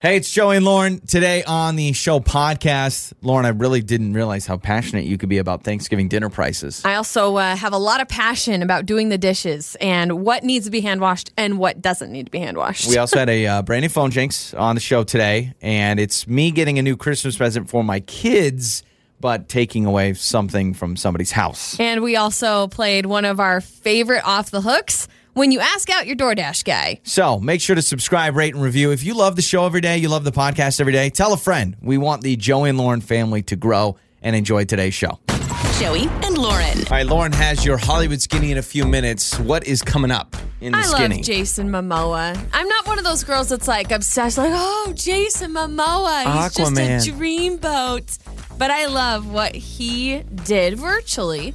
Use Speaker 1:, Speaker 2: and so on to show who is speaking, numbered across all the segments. Speaker 1: Hey, it's Joey and Lauren. Today on the show podcast, Lauren, I really didn't realize how passionate you could be about Thanksgiving dinner prices.
Speaker 2: I also uh, have a lot of passion about doing the dishes and what needs to be hand washed and what doesn't need to be hand washed.
Speaker 1: We also had a uh, brand new phone jinx on the show today, and it's me getting a new Christmas present for my kids, but taking away something from somebody's house.
Speaker 2: and we also played one of our favorite off the hooks when you ask out your DoorDash guy.
Speaker 1: So make sure to subscribe, rate, and review. If you love the show every day, you love the podcast every day, tell a friend. We want the Joey and Lauren family to grow and enjoy today's show. All
Speaker 3: Joey and Lauren.
Speaker 1: right, Lauren has your Hollywood skinny in a few minutes. What is coming up in the
Speaker 2: I
Speaker 1: skinny?
Speaker 2: love Jason Momoa. I'm not one of those girls that's like obsessed, like, oh, Jason Momoa. He's
Speaker 1: Aquaman.
Speaker 2: just a dreamboat. But I love what he did virtually.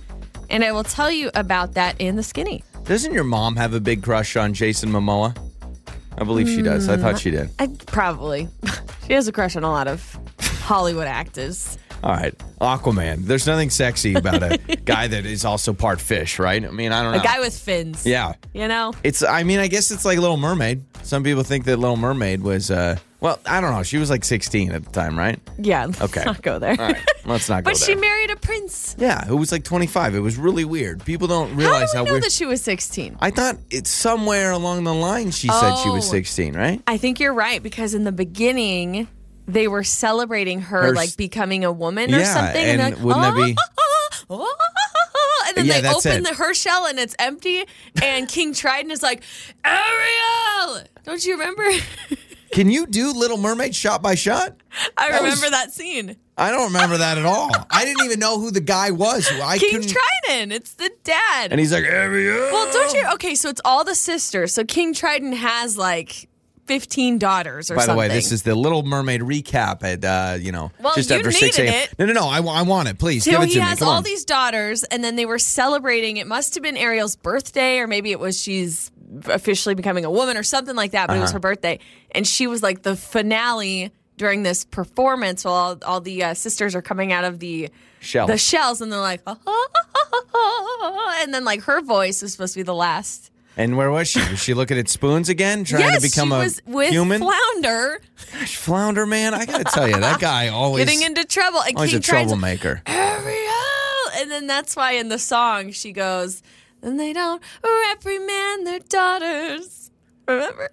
Speaker 2: And I will tell you about that in the skinny.
Speaker 1: Doesn't your mom have a big crush on Jason Momoa? I believe she does. I
Speaker 2: Mm,
Speaker 1: thought she did.
Speaker 2: I probably. she has a crush on a lot of Hollywood actors.
Speaker 1: All right. Aquaman. There's nothing sexy about a guy that is also part fish, right? I mean, I don't know.
Speaker 2: A guy with fins.
Speaker 1: yeah.
Speaker 2: You know?
Speaker 1: It's I mean, I guess it's like Little Mermaid. Some people think that Little Mermaid was uh well, I don't know. She was like 16 at the time, right?
Speaker 2: Yeah. Let's
Speaker 1: Okay.
Speaker 2: Not go there.
Speaker 1: All right. Let's not go
Speaker 2: but
Speaker 1: there.
Speaker 2: she married a prince.
Speaker 1: yeah, who was like 25. It was really weird. People don't
Speaker 2: How do
Speaker 1: realize
Speaker 2: we
Speaker 1: how,
Speaker 2: know
Speaker 1: weird
Speaker 2: that she was 16?
Speaker 1: I thought it's somewhere along the line she said she was
Speaker 2: Oh.
Speaker 1: 16, right?
Speaker 2: I think you're right because in the beginning they were celebrating her,
Speaker 1: Her s-
Speaker 2: like becoming a woman or
Speaker 1: Yeah,
Speaker 2: something. they're
Speaker 1: and
Speaker 2: like,
Speaker 1: wouldn't that be-
Speaker 2: "Oh," and then
Speaker 1: Yeah,
Speaker 2: they
Speaker 1: that's
Speaker 2: open
Speaker 1: it.
Speaker 2: the her shell and it's empty, and King Triton is like, Ariel! Don't you remember?
Speaker 1: Can you do Little Mermaid shot by shot?
Speaker 2: I
Speaker 1: That was-
Speaker 2: remember that scene.
Speaker 1: I don't remember that at all. I didn't even know who the guy was. I
Speaker 2: King
Speaker 1: couldn't-
Speaker 2: Triton, it's the dad.
Speaker 1: And he's like, Ariel.
Speaker 2: Well, don't you? Okay, so it's all the sisters. So King Triton has like 15 daughters or
Speaker 1: By the
Speaker 2: something.
Speaker 1: way, this is the Little Mermaid recap at uh, you know
Speaker 2: Well,
Speaker 1: just
Speaker 2: you
Speaker 1: after six
Speaker 2: needed
Speaker 1: a.m.
Speaker 2: it.
Speaker 1: No, no, no. I, wa- I want it. Please
Speaker 2: So
Speaker 1: give it
Speaker 2: he
Speaker 1: to me.
Speaker 2: has
Speaker 1: Come
Speaker 2: all
Speaker 1: on.
Speaker 2: these daughters, and then they were celebrating. It must have been Ariel's birthday, or maybe it was she's officially becoming a woman or something like that, but it
Speaker 1: Uh-huh.
Speaker 2: was her birthday. And she was like the finale during this performance while all, all the uh, sisters are coming out of the
Speaker 1: Shell.
Speaker 2: the shells, and they're like, and then like her voice was supposed to be the last.
Speaker 1: and where was she? Was she looking at spoons again, trying
Speaker 2: yes,
Speaker 1: to become
Speaker 2: she
Speaker 1: a
Speaker 2: was with
Speaker 1: human?
Speaker 2: Flounder
Speaker 1: Gosh, Flounder man, I gotta tell you, that guy always
Speaker 2: getting into trouble. And
Speaker 1: always
Speaker 2: King
Speaker 1: a
Speaker 2: Triton's like,
Speaker 1: troublemaker.
Speaker 2: Ariel! And then that's why in the song she goes, and they don't reprimand their daughters. Remember?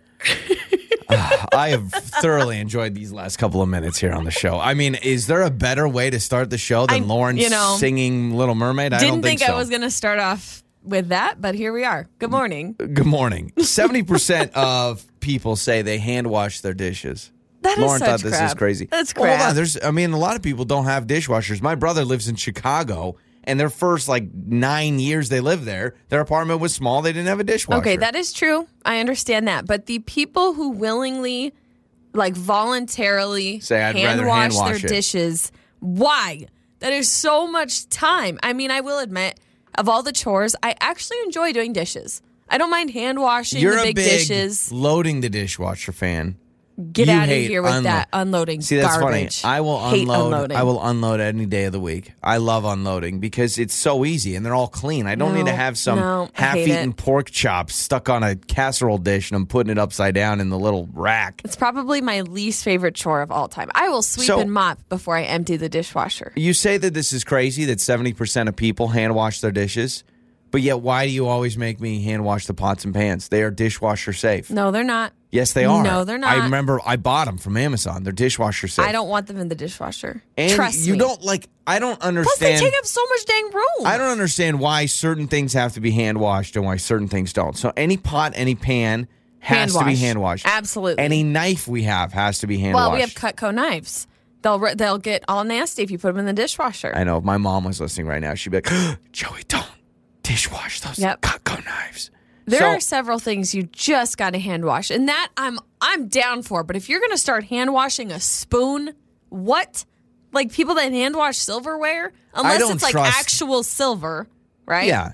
Speaker 1: I have thoroughly enjoyed these last couple of minutes here on the show. I mean, is there a better way to start the show than
Speaker 2: I-
Speaker 1: Lauren
Speaker 2: you know,
Speaker 1: singing Little Mermaid? I don't
Speaker 2: Didn't
Speaker 1: think,
Speaker 2: think,
Speaker 1: so.
Speaker 2: I was going to start off with that, but here we are. Good morning.
Speaker 1: Good morning. Seventy percent of people say they hand wash their dishes.
Speaker 2: That is
Speaker 1: Lauren
Speaker 2: such
Speaker 1: thought this is
Speaker 2: crap.
Speaker 1: crazy.
Speaker 2: That's
Speaker 1: Well, hold
Speaker 2: crap.
Speaker 1: on. There's, I mean, a lot of people don't have dishwashers. My brother lives in Chicago, and their first like nine years they lived there, their apartment was small. They didn't have a dishwasher.
Speaker 2: Okay, that is true. I understand that. But the people who willingly, like voluntarily,
Speaker 1: Say, "I'd rather hand
Speaker 2: their
Speaker 1: wash it."
Speaker 2: dishes, why? That is so much time. I mean, I will admit, of all the chores, I actually enjoy doing dishes. I don't mind hand washing
Speaker 1: You're
Speaker 2: the
Speaker 1: a
Speaker 2: big,
Speaker 1: big
Speaker 2: dishes.
Speaker 1: loading the dishwasher fan.
Speaker 2: Get
Speaker 1: you
Speaker 2: out of
Speaker 1: hate
Speaker 2: here with
Speaker 1: unlo-
Speaker 2: that unloading
Speaker 1: See, that's
Speaker 2: garbage.
Speaker 1: funny. I will
Speaker 2: Hate
Speaker 1: unload.
Speaker 2: unloading.
Speaker 1: I will unload any day of the week. I love unloading because it's so easy and they're all clean. I don't need to
Speaker 2: No,
Speaker 1: have some
Speaker 2: no, I hate
Speaker 1: half-eaten
Speaker 2: it.
Speaker 1: pork chop stuck on a casserole dish and I'm putting it upside down in the little rack.
Speaker 2: It's probably my least favorite chore of all time. I will sweep
Speaker 1: So-
Speaker 2: and mop before I empty the dishwasher.
Speaker 1: You say that this is crazy that 70% of people hand wash their dishes, but yet why do you always make me hand wash the pots and pans? They are dishwasher safe.
Speaker 2: No, they're not.
Speaker 1: Yes, they are.
Speaker 2: No, they're not.
Speaker 1: I remember I bought them from Amazon. They're dishwasher safe.
Speaker 2: I don't want them in the dishwasher.
Speaker 1: and
Speaker 2: Trust
Speaker 1: you
Speaker 2: me.
Speaker 1: don't like I don't
Speaker 2: Plus,
Speaker 1: understand
Speaker 2: they take up so much dang room.
Speaker 1: I don't understand why certain things have to be hand washed and why certain things don't. So any pot, any pan has to be
Speaker 2: Hand-washed.
Speaker 1: hand washed.
Speaker 2: Absolutely.
Speaker 1: Any knife we have has to be hand
Speaker 2: Well, we have
Speaker 1: washed.
Speaker 2: Cutco knives. They'll re- they'll get all nasty if you put them in the dishwasher.
Speaker 1: I know if my mom was listening right now, she'd be like, Joey, don't dishwash those
Speaker 2: Yep.
Speaker 1: Cutco knives.
Speaker 2: there
Speaker 1: So-
Speaker 2: are several things you just got to hand wash, and that I'm I'm down for. But if you're gonna start hand washing a spoon, what? Like people that hand wash silverware, unless
Speaker 1: don't
Speaker 2: it's like
Speaker 1: trust-
Speaker 2: actual silver, right?
Speaker 1: Yeah.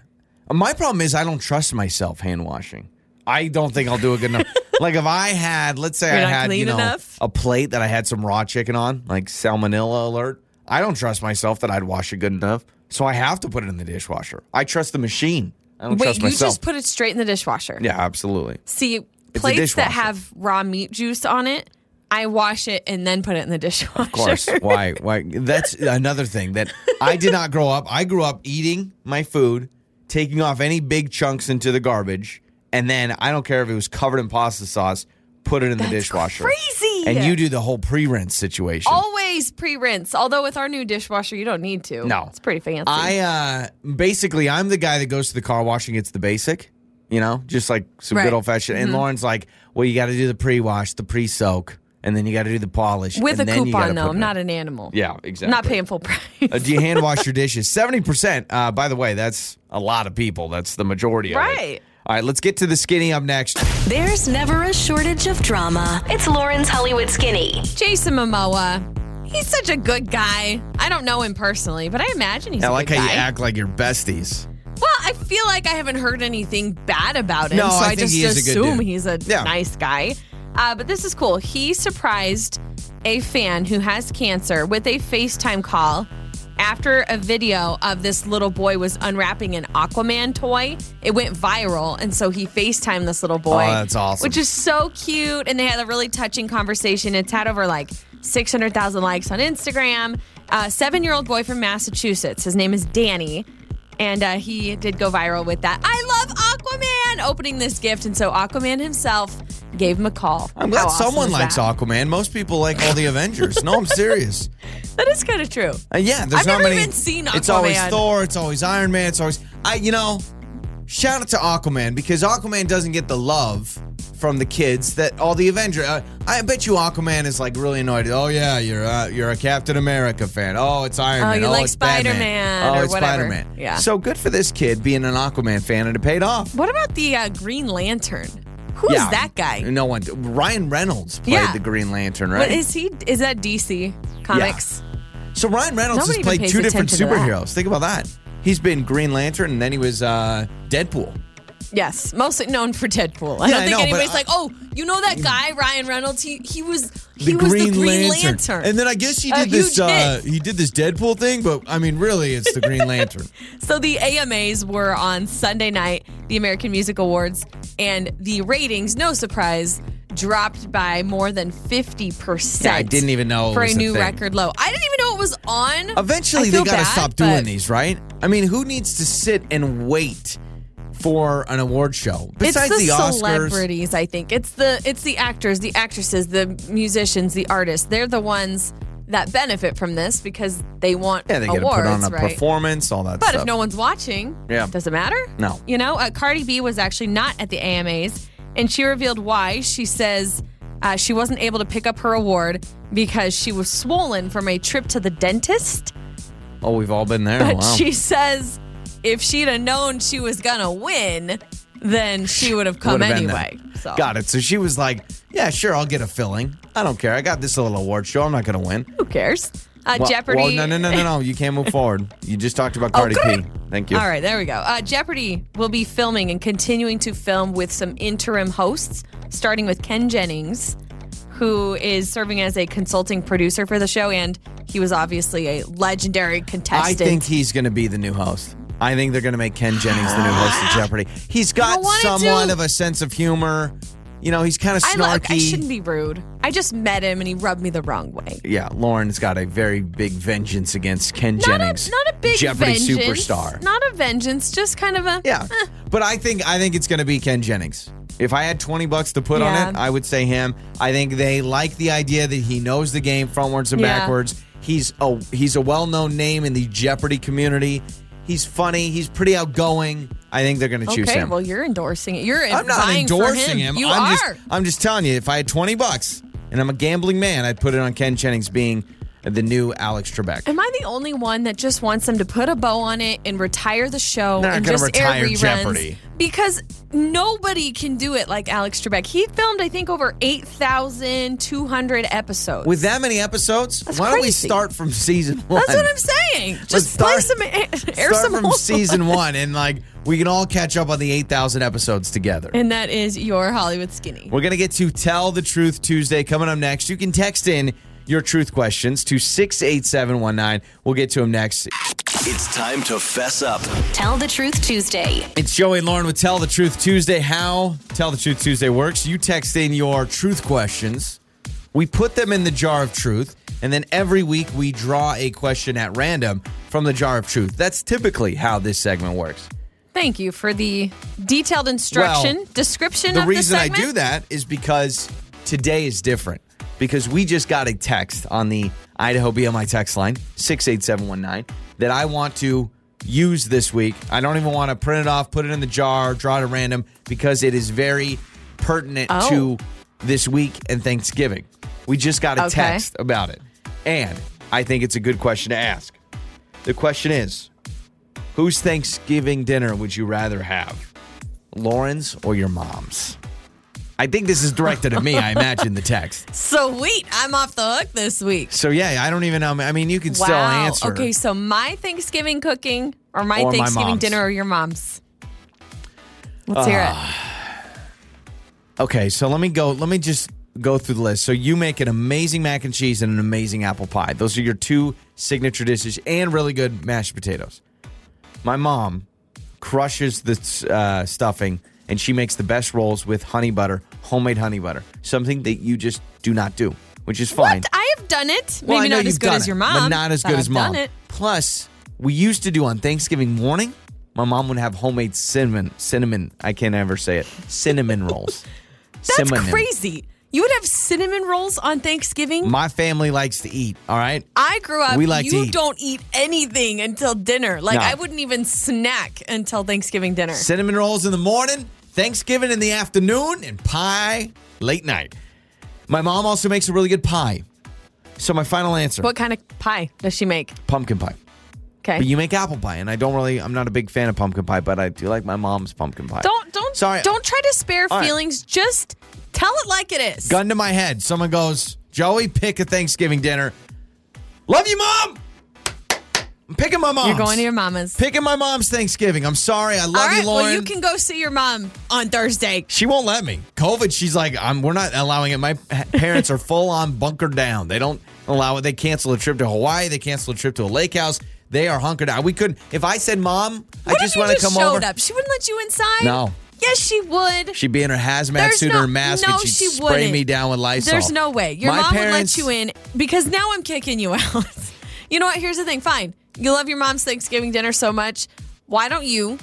Speaker 1: My problem is I don't trust myself hand washing. I don't think I'll do a good enough. like if I had, let's say
Speaker 2: You're
Speaker 1: I
Speaker 2: not
Speaker 1: had, you
Speaker 2: clean
Speaker 1: know,
Speaker 2: enough?
Speaker 1: a plate that I had some raw chicken on, like salmonella alert. I don't trust myself that I'd wash it good enough, so I have to put it in the dishwasher. I trust the machine. I don't
Speaker 2: Wait,
Speaker 1: trust
Speaker 2: you
Speaker 1: myself.
Speaker 2: just put it straight in the dishwasher.
Speaker 1: yeah, absolutely.
Speaker 2: See,
Speaker 1: a
Speaker 2: plates that
Speaker 1: dishwasher.
Speaker 2: have raw meat juice on it I wash it and then put it in the dishwasher.
Speaker 1: Of course. Why? Why? That's another thing that I did not grow up. I grew up eating my food, taking off any big chunks into the garbage, and then I don't care if it was covered in pasta sauce, put it in the dishwasher.
Speaker 2: Crazy.
Speaker 1: And you do the whole pre-rinse situation.
Speaker 2: always pre-rinse. Although with our new dishwasher, you don't need to.
Speaker 1: No.
Speaker 2: it's pretty fancy.
Speaker 1: I uh basically I'm the guy that goes to the car wash and gets the basic, you know, just like some
Speaker 2: Right. Mm-hmm.
Speaker 1: good old fashioned. And Lauren's like, well, you got to do the pre-wash, the pre-soak, and then you got to do the polish
Speaker 2: with
Speaker 1: and
Speaker 2: a
Speaker 1: then you gotta
Speaker 2: coupon
Speaker 1: put
Speaker 2: though.
Speaker 1: it
Speaker 2: I'm
Speaker 1: in.
Speaker 2: not an animal.
Speaker 1: Yeah, exactly.
Speaker 2: Not paying full price.
Speaker 1: Uh, do you hand wash your dishes? Seventy percent. Uh, by the way, that's a lot of people. That's the majority. Of it.
Speaker 2: Right.
Speaker 1: All right, let's get to the skinny up next.
Speaker 3: There's never a shortage of drama. It's Lauren's Hollywood Skinny.
Speaker 2: Jason Momoa. He's such a good guy. I don't know him personally, but I imagine he's
Speaker 1: I
Speaker 2: a
Speaker 1: like
Speaker 2: good
Speaker 1: how you
Speaker 2: guy.
Speaker 1: act like you're besties.
Speaker 2: Well, I feel like I haven't heard anything bad about him,
Speaker 1: No,
Speaker 2: so
Speaker 1: I
Speaker 2: I,
Speaker 1: think
Speaker 2: just
Speaker 1: he is a good
Speaker 2: assume
Speaker 1: dude.
Speaker 2: he's a
Speaker 1: Yeah.
Speaker 2: nice guy. Uh, but this is cool. He surprised a fan who has cancer with a FaceTime call after a video of this little boy was unwrapping an Aquaman toy. It went viral, and so he FaceTimed this little boy.
Speaker 1: Oh, that's awesome.
Speaker 2: Which is so cute. And they had a really touching conversation. It's had over like 600,000 likes on Instagram. Uh, Seven year old boy from Massachusetts. His name is Danny. And uh, he did go viral with that. I love Aquaman opening this gift. And so Aquaman himself gave him a call.
Speaker 1: I'm glad
Speaker 2: How awesome
Speaker 1: someone
Speaker 2: is
Speaker 1: likes
Speaker 2: that?
Speaker 1: Aquaman. Most people like all the Avengers. No, I'm serious.
Speaker 2: That is kind of true.
Speaker 1: Uh, yeah, there's
Speaker 2: I've
Speaker 1: not
Speaker 2: never
Speaker 1: many.
Speaker 2: even seen
Speaker 1: It's always
Speaker 2: Aquaman.
Speaker 1: Thor. It's always Iron Man. It's always I. You know, shout out to Aquaman because Aquaman doesn't get the love from the kids that all the Avengers. Uh, I bet you Aquaman is like really annoyed. Oh yeah, you're uh, you're a Captain America fan. Oh, it's Iron
Speaker 2: Oh,
Speaker 1: Man.
Speaker 2: you like
Speaker 1: it's Batman.
Speaker 2: Spider-Man
Speaker 1: Oh,
Speaker 2: or
Speaker 1: it's
Speaker 2: whatever.
Speaker 1: Spider Man.
Speaker 2: Yeah.
Speaker 1: So good for this kid being an Aquaman fan, and it paid off.
Speaker 2: What about the uh, Green Lantern? Who is
Speaker 1: yeah,
Speaker 2: that guy?
Speaker 1: No one. Ryan Reynolds played
Speaker 2: Yeah.
Speaker 1: the Green Lantern, right?
Speaker 2: What is he? Is that DC Comics?
Speaker 1: So Ryan Reynolds has
Speaker 2: Nobody even
Speaker 1: played
Speaker 2: pays
Speaker 1: two different
Speaker 2: attention to that.
Speaker 1: superheroes. Think about that. He's been Green Lantern, and then he was uh, Deadpool.
Speaker 2: Yes, mostly known for Deadpool. I
Speaker 1: Yeah,
Speaker 2: don't
Speaker 1: I
Speaker 2: think
Speaker 1: know, but
Speaker 2: anybody's
Speaker 1: I-
Speaker 2: like, oh, you know that guy Ryan Reynolds? He he was he was the Green Lantern.
Speaker 1: And then I guess he
Speaker 2: A
Speaker 1: did this.
Speaker 2: huge
Speaker 1: Uh,
Speaker 2: hit.
Speaker 1: he did this Deadpool thing, but I mean, really, it's the Green Lantern.
Speaker 2: so the AMAs were on Sunday night, the American Music Awards, and the ratings, no surprise, dropped by more than fifty percent.
Speaker 1: Yeah, I didn't even know it
Speaker 2: for
Speaker 1: was
Speaker 2: a
Speaker 1: a
Speaker 2: new
Speaker 1: thing.
Speaker 2: record low. I didn't even know it was on.
Speaker 1: Eventually, they
Speaker 2: I feel
Speaker 1: got to
Speaker 2: bad,
Speaker 1: stop
Speaker 2: but-
Speaker 1: doing these, right? I mean, who needs to sit and wait for an award show besides
Speaker 2: it's the,
Speaker 1: Oscars?
Speaker 2: celebrities i think it's the it's the actors the actresses the musicians the artists they're the ones that benefit from this because they want
Speaker 1: Yeah, they got to
Speaker 2: awards
Speaker 1: put on a
Speaker 2: right
Speaker 1: performance, all that
Speaker 2: but
Speaker 1: stuff.
Speaker 2: if no one's watching
Speaker 1: Yeah.
Speaker 2: does it matter
Speaker 1: No.
Speaker 2: you know uh, cardi b was actually not at the amas and she revealed why she says uh, she wasn't able to pick up her award because she was swollen from a trip to the dentist
Speaker 1: oh, we've all been there.
Speaker 2: but
Speaker 1: wow.
Speaker 2: she says if she'd have known she was gonna win, then she would have come
Speaker 1: Would've been
Speaker 2: Um, anyway.
Speaker 1: that.
Speaker 2: So
Speaker 1: Got it. So she was like, "Yeah, sure, I'll get a filling. I don't care. I got this little award show. I'm not going to win."
Speaker 2: Who cares? Uh,
Speaker 1: Well-
Speaker 2: Jeopardy. Oh,
Speaker 1: Well, no, no, no, no, no. You can't move forward. You just talked about Cardi P. Thank you.
Speaker 2: All right, there we go. Uh, Jeopardy will be filming and continuing to film with some interim hosts, starting with Ken Jennings, who is serving as a consulting producer for the show, and he was obviously a legendary
Speaker 1: I
Speaker 2: contestant.
Speaker 1: think he's going to be the new host. I think they're going to make Ken Jennings the new host of Jeopardy. He's got
Speaker 2: don't want it
Speaker 1: somewhat
Speaker 2: to.
Speaker 1: of a sense of humor. You know, he's kind of
Speaker 2: I, look, I shouldn't
Speaker 1: snarky.
Speaker 2: be rude. I just met him and he rubbed me the wrong way.
Speaker 1: yeah, Lauren's got a very big vengeance against Ken
Speaker 2: Not a,
Speaker 1: Jennings,
Speaker 2: not a big
Speaker 1: Jeopardy
Speaker 2: vengeance.
Speaker 1: superstar.
Speaker 2: Not a vengeance, just kind of a
Speaker 1: Yeah, but I think I think it's going to be Ken Jennings. If I had twenty bucks to put
Speaker 2: Yeah.
Speaker 1: on it, I would say him. I think they like the idea that he knows the game frontwards and
Speaker 2: Yeah.
Speaker 1: backwards. He's a he's a well known name in the Jeopardy community. He's funny. He's pretty outgoing. I think they're going to choose
Speaker 2: Okay,
Speaker 1: him.
Speaker 2: well, you're endorsing it. You're
Speaker 1: I'm not
Speaker 2: vying
Speaker 1: endorsing
Speaker 2: for
Speaker 1: him.
Speaker 2: him. You
Speaker 1: I'm
Speaker 2: are.
Speaker 1: just I'm just telling you. If I had twenty bucks and I'm a gambling man, I'd put it on Ken Jennings being the new Alex Trebek.
Speaker 2: Am I the only one that just wants them to put a bow on it and retire the show
Speaker 1: They're not
Speaker 2: and
Speaker 1: gonna
Speaker 2: just
Speaker 1: retire
Speaker 2: air reruns?
Speaker 1: Jeopardy.
Speaker 2: Because nobody can do it like Alex Trebek. He filmed, I think, over eight thousand two hundred episodes.
Speaker 1: With that many episodes, why don't we
Speaker 2: crazy.
Speaker 1: start from season one?
Speaker 2: That's what I'm saying. Just
Speaker 1: start-
Speaker 2: play some air
Speaker 1: start
Speaker 2: some
Speaker 1: from
Speaker 2: old-
Speaker 1: season one, and like we can all catch up on the eight thousand episodes together.
Speaker 2: And that is your Hollywood skinny.
Speaker 1: We're gonna get to tell the truth Tuesday coming up next. You can text in your truth questions to six eight seven one nine. We'll get to them next.
Speaker 4: It's time to fess up.
Speaker 3: Tell the Truth Tuesday.
Speaker 1: It's Joey and Lauren with Tell the Truth Tuesday. How Tell the Truth Tuesday works? You text in your truth questions. We put them in the jar of truth, and then every week we draw a question at random from the jar of truth. That's typically how this segment works.
Speaker 2: Thank you for the detailed instruction,
Speaker 1: Well,
Speaker 2: description
Speaker 1: the
Speaker 2: of
Speaker 1: reason
Speaker 2: the
Speaker 1: I
Speaker 2: segment.
Speaker 1: do that is because today is different. Because we just got a text on the Idaho BMI text line, 68719, that I want to use this week. I don't even want to print it off, put it in the jar, draw it at random, because it is very pertinent
Speaker 2: Oh.
Speaker 1: to this week and Thanksgiving. We just got a
Speaker 2: Okay.
Speaker 1: text about it. And I think it's a good question to ask. The question is whose Thanksgiving dinner would you rather have? Lauren's or your mom's? I think this is directed at me. I imagine the text.
Speaker 2: Sweet, I'm off the hook this week.
Speaker 1: So yeah, I don't even know. I mean, you can still
Speaker 2: wow.
Speaker 1: answer.
Speaker 2: Okay, so my Thanksgiving cooking or my
Speaker 1: Or my
Speaker 2: Thanksgiving
Speaker 1: mom's.
Speaker 2: dinner or your mom's. Let's hear
Speaker 1: Ah,
Speaker 2: it.
Speaker 1: Okay, so let me go. Let me just go through the list. So you make an amazing mac and cheese and an amazing apple pie. Those are your two signature dishes, and really good mashed potatoes. My mom crushes the uh, stuffing, and she makes the best rolls with honey butter, homemade honey butter, something that you just do not do, which is fine.
Speaker 2: What? I have done it. Maybe
Speaker 1: Well, I know
Speaker 2: not as
Speaker 1: you've
Speaker 2: good
Speaker 1: done
Speaker 2: as
Speaker 1: it,
Speaker 2: your mom.
Speaker 1: But not as good
Speaker 2: I've
Speaker 1: as mom.
Speaker 2: Done it.
Speaker 1: Plus, we used to do on Thanksgiving morning, my mom would have homemade cinnamon, cinnamon, I can't ever say it, cinnamon rolls.
Speaker 2: That's
Speaker 1: Cinnamon.
Speaker 2: crazy. You would have cinnamon rolls on Thanksgiving.
Speaker 1: My family likes to eat, all right?
Speaker 2: I grew up.
Speaker 1: We like to
Speaker 2: you
Speaker 1: eat.
Speaker 2: don't eat anything until dinner. Like
Speaker 1: No.
Speaker 2: I wouldn't even snack until Thanksgiving dinner.
Speaker 1: Cinnamon rolls in the morning, Thanksgiving in the afternoon, and pie late night. My mom also makes a really good pie. So, my final answer
Speaker 2: what kind of pie does she make?
Speaker 1: pumpkin pie.
Speaker 2: Okay.
Speaker 1: But you make apple pie, and I don't really, I'm not a big fan of pumpkin pie, but I do like my mom's pumpkin pie.
Speaker 2: don't don't
Speaker 1: Sorry.
Speaker 2: don't try to spare
Speaker 1: All right.
Speaker 2: feelings. Just tell it like it is.
Speaker 1: gun to my head. Someone goes, Joey, pick a Thanksgiving dinner. Love you, mom. I'm picking my mom's.
Speaker 2: You're going to your mama's.
Speaker 1: Picking my mom's Thanksgiving. I'm sorry. I love
Speaker 2: All right.
Speaker 1: you, Lauren.
Speaker 2: Well, you can go see your mom on Thursday.
Speaker 1: She won't let me. COVID. She's like, I'm, we're not allowing it. My pa- parents are full on bunkered down. They don't allow it. They cancel a trip to Hawaii. They cancel a trip to a lake house. They are hunkered out. We couldn't. If I said, "Mom,
Speaker 2: What
Speaker 1: I just
Speaker 2: if you
Speaker 1: want to come
Speaker 2: showed
Speaker 1: over,"
Speaker 2: Up? She wouldn't let you inside.
Speaker 1: No.
Speaker 2: Yes, she would.
Speaker 1: she'd be in her hazmat
Speaker 2: There's
Speaker 1: suit
Speaker 2: no-
Speaker 1: or her mask,
Speaker 2: no,
Speaker 1: and she'd
Speaker 2: she
Speaker 1: spray me
Speaker 2: wouldn't.
Speaker 1: down with Lysol.
Speaker 2: There's no way. Your
Speaker 1: My
Speaker 2: mom
Speaker 1: parents,
Speaker 2: would let you in because now I'm kicking you out. you know what? Here's the thing. Fine. You love your mom's Thanksgiving dinner so much. Why don't you?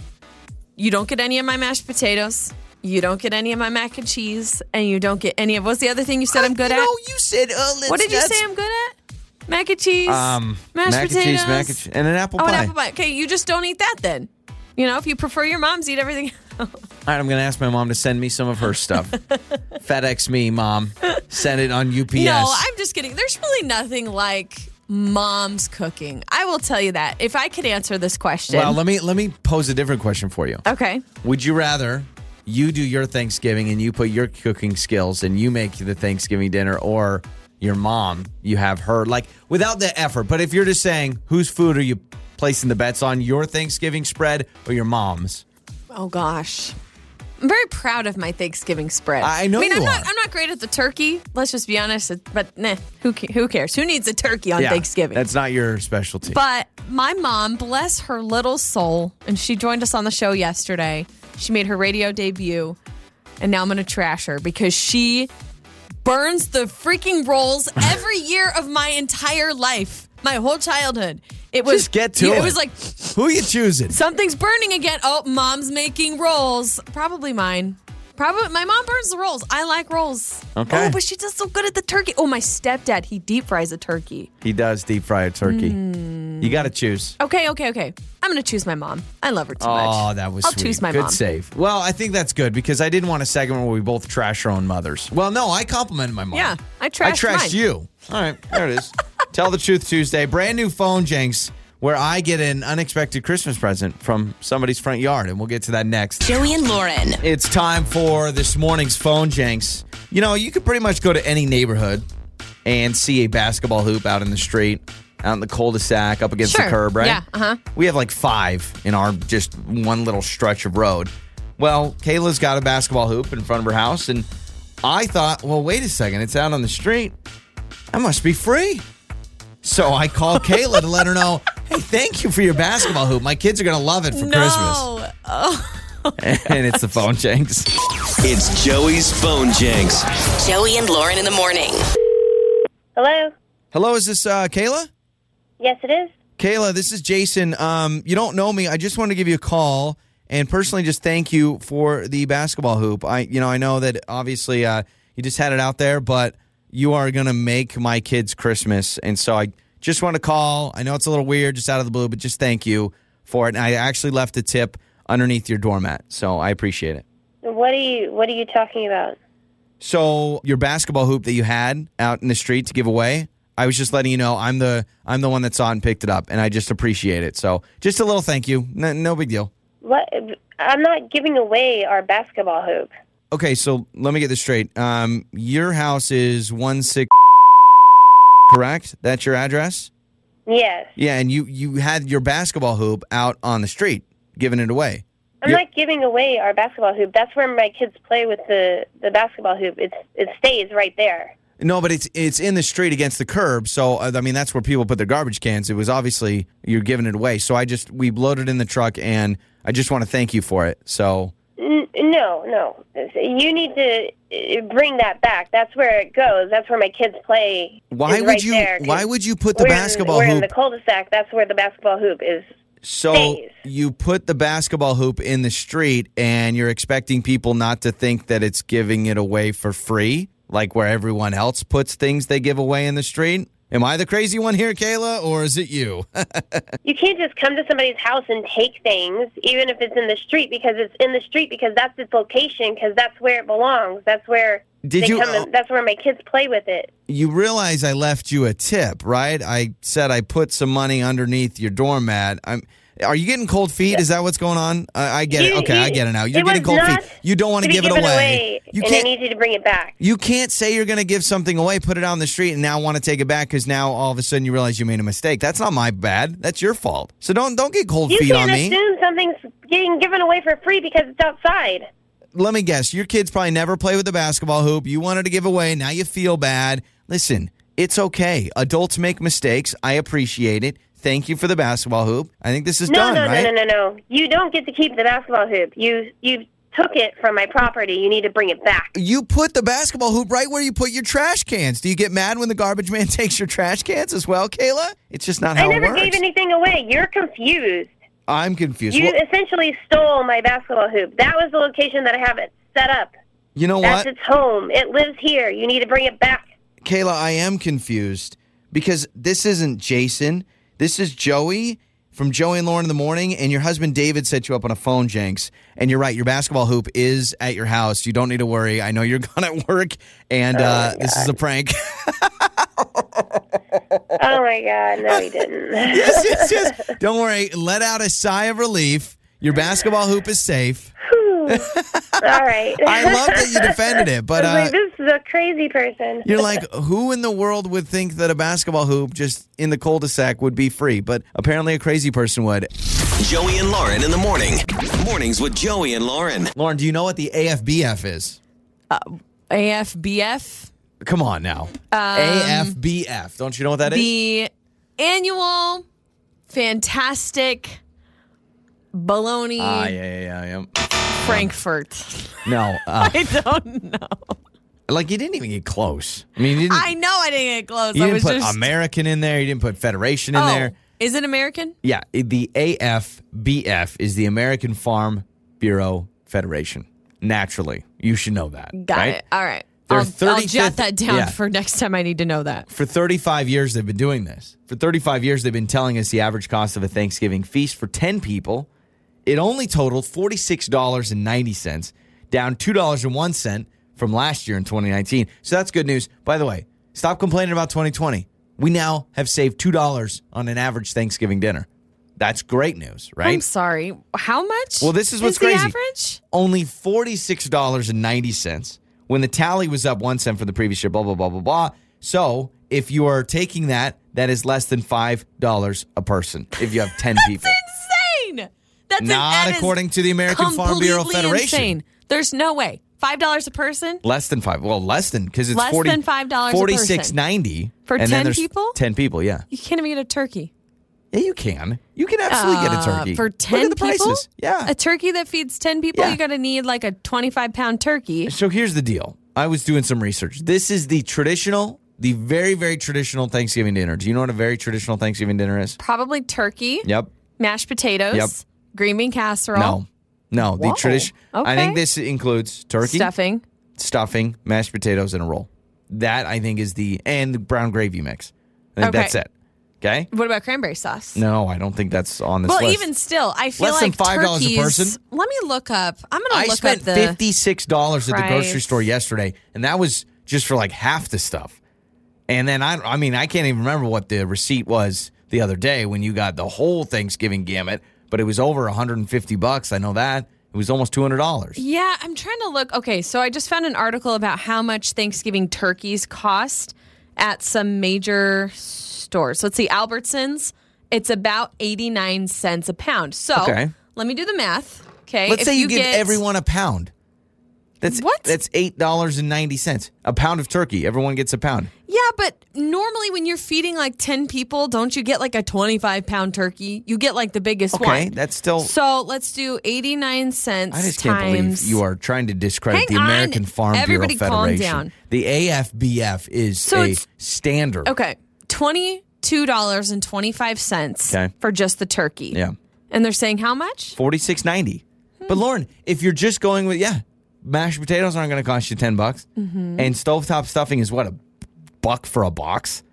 Speaker 2: You don't get any of my mashed potatoes. You don't get any of my mac and cheese. And you don't get any of what's the other thing you said I'm good
Speaker 1: no,
Speaker 2: at?
Speaker 1: you said. Oh, let's,
Speaker 2: What did you
Speaker 1: let's-
Speaker 2: say I'm good at? Mac and cheese.
Speaker 1: Um,
Speaker 2: mashed
Speaker 1: mac and
Speaker 2: potatoes.
Speaker 1: cheese, mac and cheese, and an apple
Speaker 2: Oh,
Speaker 1: pie.
Speaker 2: an apple pie. Okay, you just don't eat that then. You know, if you prefer your mom's, eat everything.
Speaker 1: All right, I'm going to ask my mom to send me some of her stuff. FedEx me, mom. Send it on UPS.
Speaker 2: No, I'm just kidding. There's really nothing like mom's cooking. I will tell you that. If I could answer this question.
Speaker 1: well, let me let me pose a different question for you.
Speaker 2: okay.
Speaker 1: Would you rather you do your Thanksgiving and you put your cooking skills and you make the Thanksgiving dinner or your mom, you have her like without the effort. But if you're just saying whose food are you placing the bets on, your Thanksgiving spread or your mom's?
Speaker 2: Oh gosh. I'm very proud of my Thanksgiving spread.
Speaker 1: I know
Speaker 2: I mean,
Speaker 1: you
Speaker 2: I'm not
Speaker 1: are.
Speaker 2: I'm not great at the turkey. Let's just be honest, but nah, who ca- who cares? Who needs a turkey on Thanksgiving?
Speaker 1: That's not your specialty.
Speaker 2: But my mom, bless her little soul, and she joined us on the show yesterday. She made her radio debut, and now I'm going to trash her because she burns the freaking rolls every year of my entire life, my whole childhood. It was
Speaker 1: Just get to
Speaker 2: you-
Speaker 1: it.
Speaker 2: was like
Speaker 1: Who you choosing?
Speaker 2: something's burning again. Oh, mom's making rolls. Probably mine. Probably my mom burns the rolls. I like rolls.
Speaker 1: Okay.
Speaker 2: Oh, but she does so good at the turkey. Oh, my stepdad, he deep fries a turkey.
Speaker 1: He does deep fry a turkey. You got to choose.
Speaker 2: Okay, okay, okay. I'm gonna choose my mom. I love her too much.
Speaker 1: Oh, that was
Speaker 2: I'll
Speaker 1: sweet.
Speaker 2: choose my
Speaker 1: good
Speaker 2: mom.
Speaker 1: save. Well, I think that's good because I didn't want a segment where we both trash our own mothers. Well, no, I complimented my mom.
Speaker 2: Yeah, I
Speaker 1: I
Speaker 2: trashed
Speaker 1: trashed
Speaker 2: mine.
Speaker 1: you. All right, there it is. Tell the truth Tuesday. Brand new phone janks where I get an unexpected Christmas present from somebody's front yard, and we'll get to that next.
Speaker 3: Joey and Lauren.
Speaker 1: It's time for this morning's phone janks. You know, you could pretty much go to any neighborhood and see a basketball hoop out in the street, out in the cul-de-sac, up against the
Speaker 2: Sure.
Speaker 1: curb, right?
Speaker 2: Yeah, uh-huh.
Speaker 1: We have like five in our just one little stretch of road. Well, Kayla's got a basketball hoop in front of her house, and I thought, well, wait a second, it's out on the street. I must be free. So I called Kayla to let her know, hey, thank you for your basketball hoop. My kids are gonna love it for
Speaker 2: No.
Speaker 1: Christmas. And it's the phone janks.
Speaker 4: It's Joey's phone jinx.
Speaker 3: Joey and Lauren in the morning.
Speaker 5: Hello.
Speaker 1: Hello, is this uh, Kayla?
Speaker 5: Yes, it is.
Speaker 1: Kayla, this is Jason. Um, you don't know me. I just wanted to give you a call and personally just thank you for the basketball hoop. I, you know, I know that obviously uh, you just had it out there, but you are gonna make my kids Christmas, and so I just want to call. I know it's a little weird, just out of the blue, but just thank you for it. And I actually left a tip underneath your doormat, so I appreciate it.
Speaker 5: What are you What are you talking about?
Speaker 1: So your basketball hoop that you had out in the street to give away, I was just letting you know I'm the I'm the one that saw it and picked it up, and I just appreciate it. So just a little thank you, N- no big deal.
Speaker 5: What? I'm not giving away our basketball hoop.
Speaker 1: Okay, so let me get this straight. Um, your house is one six, correct? That's your address.
Speaker 5: Yes.
Speaker 1: Yeah, and you you had your basketball hoop out on the street, giving it away.
Speaker 5: I'm
Speaker 1: Yeah.
Speaker 5: not giving away our basketball hoop. That's where my kids play with the, the basketball hoop. It's it stays right there.
Speaker 1: No, but it's it's in the street against the curb. So uh, I mean, that's where people put their garbage cans. It was obviously you're giving it away. So I just we loaded in the truck, and I just want to thank you for it. So
Speaker 5: N- no, no. You need to uh, bring that back. That's where it goes. That's where my kids play.
Speaker 1: why
Speaker 5: is
Speaker 1: would
Speaker 5: right
Speaker 1: you
Speaker 5: there, 'cause
Speaker 1: why would you put the
Speaker 5: we're
Speaker 1: basketball
Speaker 5: in, we're
Speaker 1: hoop?
Speaker 5: in the cul-de-sac. That's where the basketball hoop is.
Speaker 1: so
Speaker 5: stays.
Speaker 1: you put the basketball hoop in the street, and you're expecting people not to think that it's giving it away for free, like where everyone else puts things they give away in the street. Am I the crazy one here, Kayla, or is it you?
Speaker 5: You can't just come to somebody's house and take things, even if it's in the street, because it's in the street because that's its location, because that's where it belongs. That's where
Speaker 1: Did
Speaker 5: they
Speaker 1: you- uh,
Speaker 5: come. and- that's where my kids play with it.
Speaker 1: you realize I left you a tip, right? I said I put some money underneath your doormat. I'm. Are you getting cold feet? Is that what's going on? I, I get it.
Speaker 5: You-
Speaker 1: Okay, I
Speaker 5: you-
Speaker 1: get it now. You're
Speaker 5: it
Speaker 1: getting
Speaker 5: was
Speaker 1: cold
Speaker 5: not
Speaker 1: feet. You don't want
Speaker 5: to
Speaker 1: to
Speaker 5: be
Speaker 1: give it away.
Speaker 5: given away,
Speaker 1: You
Speaker 5: and
Speaker 1: can't.
Speaker 5: I need you to bring it back.
Speaker 1: you can't say you're going to give something away, put it out on the street, and now want to take it back because now all of a sudden you realize you made a mistake. That's not my bad. That's your fault. So don't don't get cold
Speaker 5: You
Speaker 1: feet on
Speaker 5: can't
Speaker 1: me.
Speaker 5: assume something's getting given away for free because it's outside.
Speaker 1: Let me guess. Your kids probably never play with the basketball hoop. You wanted to give away. Now you feel bad. Listen, it's okay. Adults make mistakes. I appreciate it. Thank you for the basketball hoop. I think this is
Speaker 5: No,
Speaker 1: done,
Speaker 5: no,
Speaker 1: right?
Speaker 5: no, no, no, no. You don't get to keep the basketball hoop. You you took it from my property. You need to bring it back.
Speaker 1: You put the basketball hoop right where you put your trash cans. Do you get mad when the garbage man takes your trash cans as well, Kayla? It's just not how
Speaker 5: I
Speaker 1: it
Speaker 5: never
Speaker 1: works.
Speaker 5: gave anything away. You're confused.
Speaker 1: I'm confused.
Speaker 5: You
Speaker 1: Well,
Speaker 5: essentially stole my basketball hoop. That was the location that I have it set up.
Speaker 1: you know
Speaker 5: That's
Speaker 1: what?
Speaker 5: its home. It lives here. You need to bring it back.
Speaker 1: Kayla, I am confused because this isn't Jason. This is Joey from Joey and Lauren in the morning, and your husband David set you up on a phone, Jenks. And you're right, your basketball hoop is at your house. You don't need to worry. I know you're gone at work, and uh, this is a prank.
Speaker 5: Oh my god, no he didn't.
Speaker 1: yes, yes, yes. Don't worry. Let out a sigh of relief. Your basketball hoop is safe.
Speaker 5: All right.
Speaker 1: I love that you defended it, but
Speaker 5: I was
Speaker 1: uh,
Speaker 5: like, this is a crazy person.
Speaker 1: you're like, who in the world would think that a basketball hoop just in the cul-de-sac would be free? But apparently, a crazy person would.
Speaker 4: Joey and Lauren in the morning. Mornings with Joey and Lauren.
Speaker 1: Lauren, do you know what the AFBF is?
Speaker 2: AFBF,
Speaker 1: Come on now.
Speaker 2: Um,
Speaker 1: AFBF. Don't you know what that is?
Speaker 2: the annual fantastic baloney
Speaker 1: Ah, yeah, yeah, yeah. yeah.
Speaker 2: Frankfurt.
Speaker 1: No, uh,
Speaker 2: I don't know.
Speaker 1: like you didn't even get close. I mean, you didn't,
Speaker 2: I know I didn't get close.
Speaker 1: you
Speaker 2: I
Speaker 1: didn't
Speaker 2: was
Speaker 1: put
Speaker 2: just
Speaker 1: American in there. You didn't put Federation in
Speaker 2: oh,
Speaker 1: there.
Speaker 2: Is it American?
Speaker 1: Yeah, it- the AFBF is the American Farm Bureau Federation. Naturally, you should know that.
Speaker 2: Got
Speaker 1: right?
Speaker 2: it. All right.
Speaker 1: They're
Speaker 2: I'll, I'll
Speaker 1: 35th
Speaker 2: jot that down
Speaker 1: yeah.
Speaker 2: for next time I need to know that.
Speaker 1: For 35 years, they've been doing this. For 35 years, they've been telling us the average cost of a Thanksgiving feast for 10 people. It only totaled $46.90, down $2.01 from last year in 2019. So that's good news. By the way, stop complaining about 2020. We now have saved $2 on an average Thanksgiving dinner. That's great news,
Speaker 2: I'm
Speaker 1: right?
Speaker 2: sorry. How much?
Speaker 1: Well, this is what's
Speaker 2: the
Speaker 1: crazy.
Speaker 2: average?
Speaker 1: only $46.90 when the tally was up one cent from the previous year, blah, blah, blah, blah, blah. So if you are taking that, that is less than $5 a person if you have 10 people.
Speaker 2: Insane. That's an-
Speaker 1: Not
Speaker 2: that is
Speaker 1: according to the American Farm Bureau
Speaker 2: completely
Speaker 1: Federation.
Speaker 2: Insane. There's no way. Five dollars a person.
Speaker 1: Less than five. Well, less than because it's
Speaker 2: Less
Speaker 1: 40,
Speaker 2: than $5 a person.
Speaker 1: 46.90
Speaker 2: For
Speaker 1: and then
Speaker 2: 10
Speaker 1: there's
Speaker 2: people?
Speaker 1: Ten people, yeah.
Speaker 2: You can't even get a turkey.
Speaker 1: Yeah, you can. You can absolutely get a
Speaker 2: Uh,
Speaker 1: turkey
Speaker 2: for
Speaker 1: Look at
Speaker 2: ten
Speaker 1: the
Speaker 2: people.
Speaker 1: prices. Yeah,
Speaker 2: a turkey that feeds ten people.
Speaker 1: Yeah.
Speaker 2: You got to need like a twenty-five pound turkey.
Speaker 1: So here's the deal. I was doing some research. This is the traditional the very, very traditional Thanksgiving dinner. Do you know what a very traditional Thanksgiving dinner is?
Speaker 2: Probably turkey,
Speaker 1: Yep.
Speaker 2: mashed potatoes,
Speaker 1: Yep.
Speaker 2: green bean casserole,
Speaker 1: No. No. The
Speaker 2: Whoa.
Speaker 1: tradition. I think
Speaker 2: Okay.
Speaker 1: this includes turkey,
Speaker 2: stuffing.
Speaker 1: stuffing, mashed potatoes, and a roll. That I think is the and the brown gravy mix. I think
Speaker 2: Okay.
Speaker 1: that's it. Okay.
Speaker 2: What about cranberry sauce?
Speaker 1: No, I don't think that's on this
Speaker 2: Well,
Speaker 1: list.
Speaker 2: even still, I feel
Speaker 1: Less than
Speaker 2: like
Speaker 1: $5 a
Speaker 2: turkeys.
Speaker 1: person?
Speaker 2: Let me look up. I'm gonna
Speaker 1: I
Speaker 2: look
Speaker 1: spent
Speaker 2: up the.
Speaker 1: fifty six dollars at the grocery
Speaker 2: price.
Speaker 1: store yesterday, and that was just for like half the stuff. And then I, I mean, I can't even remember what the receipt was the other day when you got the whole Thanksgiving gamut, but it was over one hundred and fifty bucks. I know that it was almost two hundred dollars.
Speaker 2: Yeah, I'm trying to look. Okay, so I just found an article about how much Thanksgiving turkeys cost at some major stores. Let's see, Albertsons, it's about 89 cents a pound. So
Speaker 1: Okay.
Speaker 2: let me do the math. Okay,
Speaker 1: Let's
Speaker 2: if
Speaker 1: say you, give
Speaker 2: get-
Speaker 1: everyone a pound. That's
Speaker 2: What?
Speaker 1: That's eight dollars and ninety cents. A pound of turkey. Everyone gets a pound.
Speaker 2: Yeah, but normally when you're feeding like 10 people, don't you get like a 25 pound turkey? You get like the biggest
Speaker 1: Okay,
Speaker 2: one.
Speaker 1: that's still.
Speaker 2: So let's do 89 cents
Speaker 1: I just can't
Speaker 2: times.
Speaker 1: believe you are trying to discredit
Speaker 2: Hang
Speaker 1: the
Speaker 2: on.
Speaker 1: American Farm
Speaker 2: Everybody
Speaker 1: Bureau
Speaker 2: calm
Speaker 1: Federation.
Speaker 2: down.
Speaker 1: The AFBF is
Speaker 2: So
Speaker 1: a
Speaker 2: it's-
Speaker 1: standard.
Speaker 2: Okay, twenty two dollars and twenty five cents
Speaker 1: Okay.
Speaker 2: for just the turkey.
Speaker 1: Yeah,
Speaker 2: and they're saying how much?
Speaker 1: forty six ninety.
Speaker 2: Hmm.
Speaker 1: But Lauren, if you're just going with yeah, mashed potatoes aren't going to cost you ten bucks,
Speaker 2: Mm-hmm.
Speaker 1: and stovetop stuffing is what a buck for a box,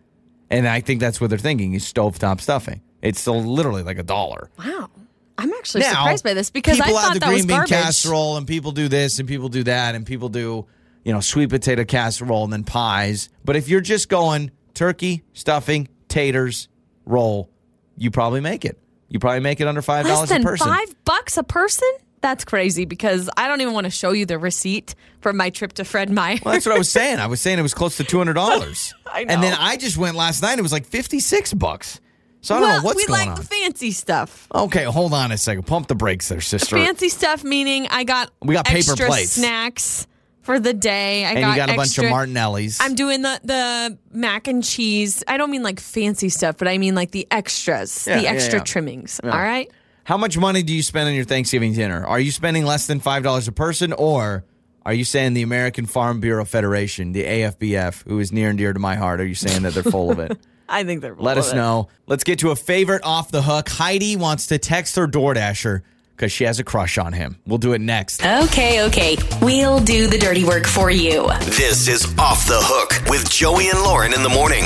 Speaker 1: and I think that's what they're thinking is stovetop stuffing. It's still literally like a dollar.
Speaker 2: Wow, I'm actually
Speaker 1: now,
Speaker 2: surprised by this because I
Speaker 1: people
Speaker 2: thought
Speaker 1: have the
Speaker 2: that
Speaker 1: green
Speaker 2: was
Speaker 1: bean
Speaker 2: garbage.
Speaker 1: casserole, and people do this, and people do that, and people do you know sweet potato casserole, and then pies. But if you're just going turkey stuffing, taters, roll, you probably make it. You probably make it under five
Speaker 2: Less
Speaker 1: dollars a
Speaker 2: than
Speaker 1: person.
Speaker 2: five bucks a person. That's crazy because I don't even want to show you the receipt from my trip to Fred Meyer.
Speaker 1: Well, that's what I was saying. I was saying it was close to two hundred dollars,
Speaker 2: I know.
Speaker 1: and then I just went last night. It was like fifty six bucks. So I don't
Speaker 2: Well,
Speaker 1: know what's
Speaker 2: we
Speaker 1: going
Speaker 2: like
Speaker 1: on.
Speaker 2: the fancy stuff.
Speaker 1: okay, hold on a second. Pump the brakes, there, sister.
Speaker 2: Fancy stuff meaning I got
Speaker 1: We got paper
Speaker 2: extra
Speaker 1: plates.
Speaker 2: snacks for the day. I
Speaker 1: and
Speaker 2: got
Speaker 1: you got a bunch
Speaker 2: extra,
Speaker 1: of Martinellis.
Speaker 2: I'm doing the the mac and cheese. I don't mean like fancy stuff, but I mean like the extras,
Speaker 1: Yeah,
Speaker 2: the
Speaker 1: yeah,
Speaker 2: extra
Speaker 1: yeah.
Speaker 2: trimmings. All right.
Speaker 1: How much money do you spend on your Thanksgiving dinner? Are you spending less than $5 a person, or are you saying the American Farm Bureau Federation, the AFBF, who is near and dear to my heart, are you saying that they're full of it?
Speaker 2: I think they're.
Speaker 1: Let us
Speaker 2: it.
Speaker 1: know. Let's get to a favorite off the hook. Heidi wants to text her DoorDasher because she has a crush on him. We'll do it next.
Speaker 3: Okay, okay. We'll do the dirty work for you.
Speaker 4: This is Off the Hook with Joey and Lauren in the morning.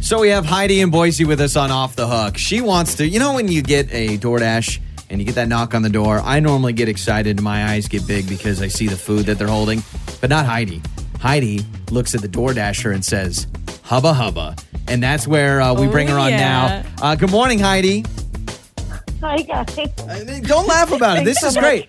Speaker 1: So we have Heidi and Boise with us on Off the Hook. She wants to, you know, when you get a DoorDash and you get that knock on the door, I normally get excited and my eyes get big because I see the food that they're holding, but not Heidi. Heidi looks at the DoorDasher and says, hubba hubba. And that's where uh, we bring her on
Speaker 2: yeah.
Speaker 1: now. Uh, good morning, Heidi.
Speaker 5: Hi guys.
Speaker 1: Uh, Don't laugh about it. This is great.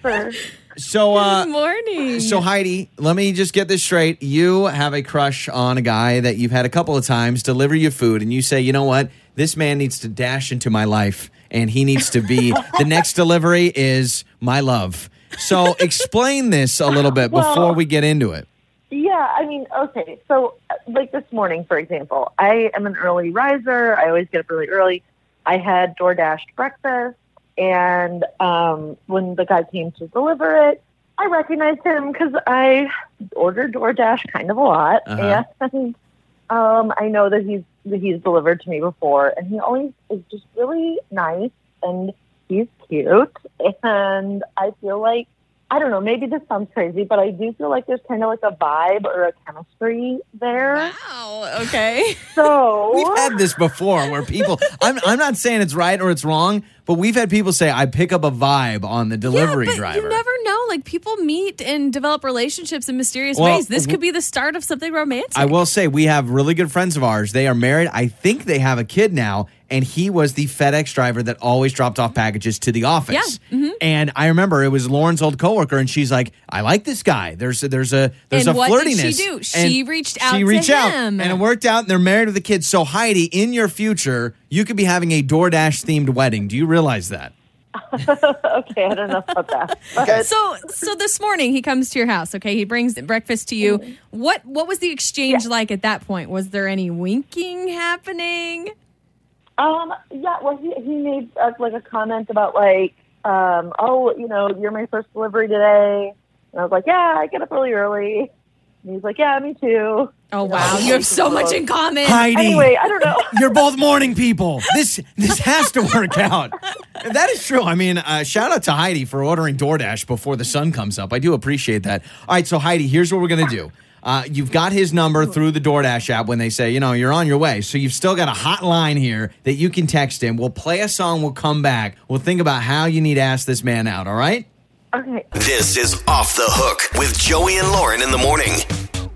Speaker 1: So, uh,
Speaker 2: Good morning.
Speaker 1: so Heidi, let me just get this straight. You have a crush on a guy that you've had a couple of times deliver you food, and you say, you know what? This man needs to dash into my life, and he needs to be the next delivery is my love. So explain this a little bit
Speaker 6: Well-
Speaker 1: before we get into it.
Speaker 6: Yeah, I mean, okay. So, uh, like this morning, for example, I am an early riser. I always get up really early. I had DoorDash breakfast, and um, when the guy came to deliver it, I recognized him because I order DoorDash kind of a lot,
Speaker 1: Uh-huh.
Speaker 6: and um, I know that he's that he's delivered to me before, and he always is just really nice and he's cute, and I feel like I don't know, maybe this sounds crazy, but I do feel like there's kind of like a vibe or a chemistry there.
Speaker 2: Wow. Okay.
Speaker 6: So
Speaker 1: We've had this before where people, I'm, I'm not saying it's right or it's wrong, but we've had people say, I pick up a vibe on the delivery
Speaker 2: yeah, but
Speaker 1: driver.
Speaker 2: You never know. Like people meet and develop relationships in mysterious
Speaker 1: Well,
Speaker 2: ways. This
Speaker 1: w-
Speaker 2: could be the start of something romantic.
Speaker 1: I will say we have really good friends of ours. They are married. I think they have a kid now, and he was the FedEx driver that always dropped off packages to the office.
Speaker 2: Yeah, mm-hmm.
Speaker 1: And I remember it was Lauren's old coworker, and she's like, "I like this guy. There's a, there's a there's
Speaker 2: And
Speaker 1: a
Speaker 2: what did
Speaker 1: flirtiness."
Speaker 2: she do? She
Speaker 1: And
Speaker 2: reached out
Speaker 1: She
Speaker 2: to
Speaker 1: reached out,
Speaker 2: him.
Speaker 1: and it worked out. And they're married with a kid. So Heidi, in your future, you could be having a DoorDash themed wedding. Do you realize that?
Speaker 6: okay, I don't know about that. But
Speaker 2: so so this morning he comes to your house. Okay, he brings breakfast to
Speaker 6: Mm-hmm.
Speaker 2: you. What what was the exchange like at that point? Was there any winking happening?
Speaker 6: um, yeah, well, he he made uh, like a comment about like, um, oh, you know, you're my first delivery today, and I was like, yeah, I get up really early, And he's like, yeah, me too.
Speaker 7: Oh wow, you have so much in common.
Speaker 8: Heidi.
Speaker 6: Anyway, I don't know.
Speaker 8: You're both morning people. This this has to work out.
Speaker 1: That is true. I mean, uh, shout out to Heidi for ordering DoorDash before the sun comes up. I do appreciate that. All right, so Heidi, here's what we're going to do. Uh, you've got his number through the DoorDash app when they say, you know, you're on your way. So you've still got a hotline here that you can text him. We'll play a song. We'll come back. We'll think about how you need to ask this man out. All right?
Speaker 6: Okay.
Speaker 4: This is Off the Hook with Joey and Lauren in the morning.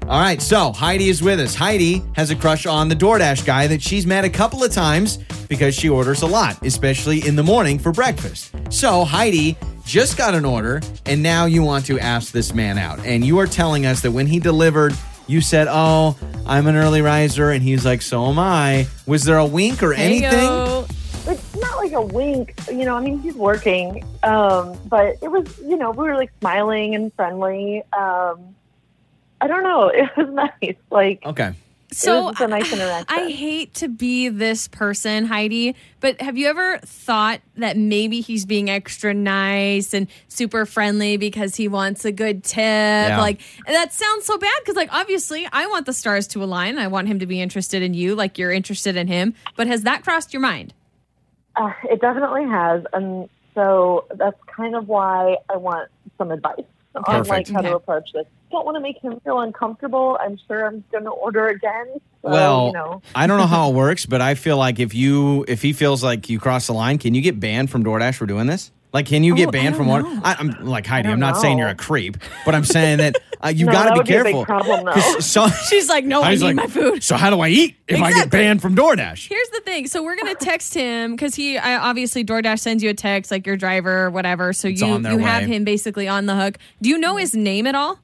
Speaker 1: All right, so Heidi is with us. Heidi has a crush on the DoorDash guy that she's met a couple of times because she orders a lot, especially in the morning for breakfast. So Heidi just got an order, and now you want to ask this man out. And you are telling us that when he delivered, you said, Oh, I'm an early riser. And he's like, So am I. Was there a wink or anything?
Speaker 7: Heyo.
Speaker 6: It's not like a wink, you know. I mean, he's working, um, but it was, you know, we were like smiling and friendly. Um, I don't know. It was nice. Like,
Speaker 1: Okay.
Speaker 6: It was just a nice interaction.
Speaker 2: I hate to be this person, Heidi, but have you ever thought that maybe he's being extra nice and super friendly because he wants a good tip? Like, and that sounds so bad because, like, obviously, I want the stars to align. I want him to be interested in you, like you're interested in him. But has that crossed your mind?
Speaker 6: Uh, it definitely has, and so that's kind of why I want some advice on like
Speaker 1: Perfect.
Speaker 6: how
Speaker 2: Okay.
Speaker 6: to approach this. Don't want to make him feel uncomfortable. I'm sure I'm going to order again. So,
Speaker 1: well,
Speaker 6: you know,
Speaker 1: I don't know how it works, but I feel like if you if he feels like you cross the line, can you get banned from DoorDash for doing this? Like, can you get
Speaker 2: Oh, I
Speaker 1: banned
Speaker 2: don't
Speaker 1: from order?
Speaker 2: know.
Speaker 1: I, I'm like Heidi.
Speaker 6: don't
Speaker 1: I'm not saying you're a
Speaker 6: know.
Speaker 1: creep, but I'm saying that uh, you
Speaker 6: no,
Speaker 1: got
Speaker 6: that
Speaker 1: to
Speaker 6: would
Speaker 1: be careful.
Speaker 6: Be a big problem, though.
Speaker 1: 'Cause so,
Speaker 2: She's like, no, I
Speaker 1: Heidi's
Speaker 2: need
Speaker 1: like,
Speaker 2: my food.
Speaker 1: So how do I eat if I get
Speaker 2: Exactly.
Speaker 1: banned from DoorDash?
Speaker 2: Here's the thing. So we're gonna text him because he I, obviously DoorDash sends you a text like your driver or whatever. So you
Speaker 1: on their
Speaker 2: you have
Speaker 1: way.
Speaker 2: him basically on the hook. Do you know his name at all?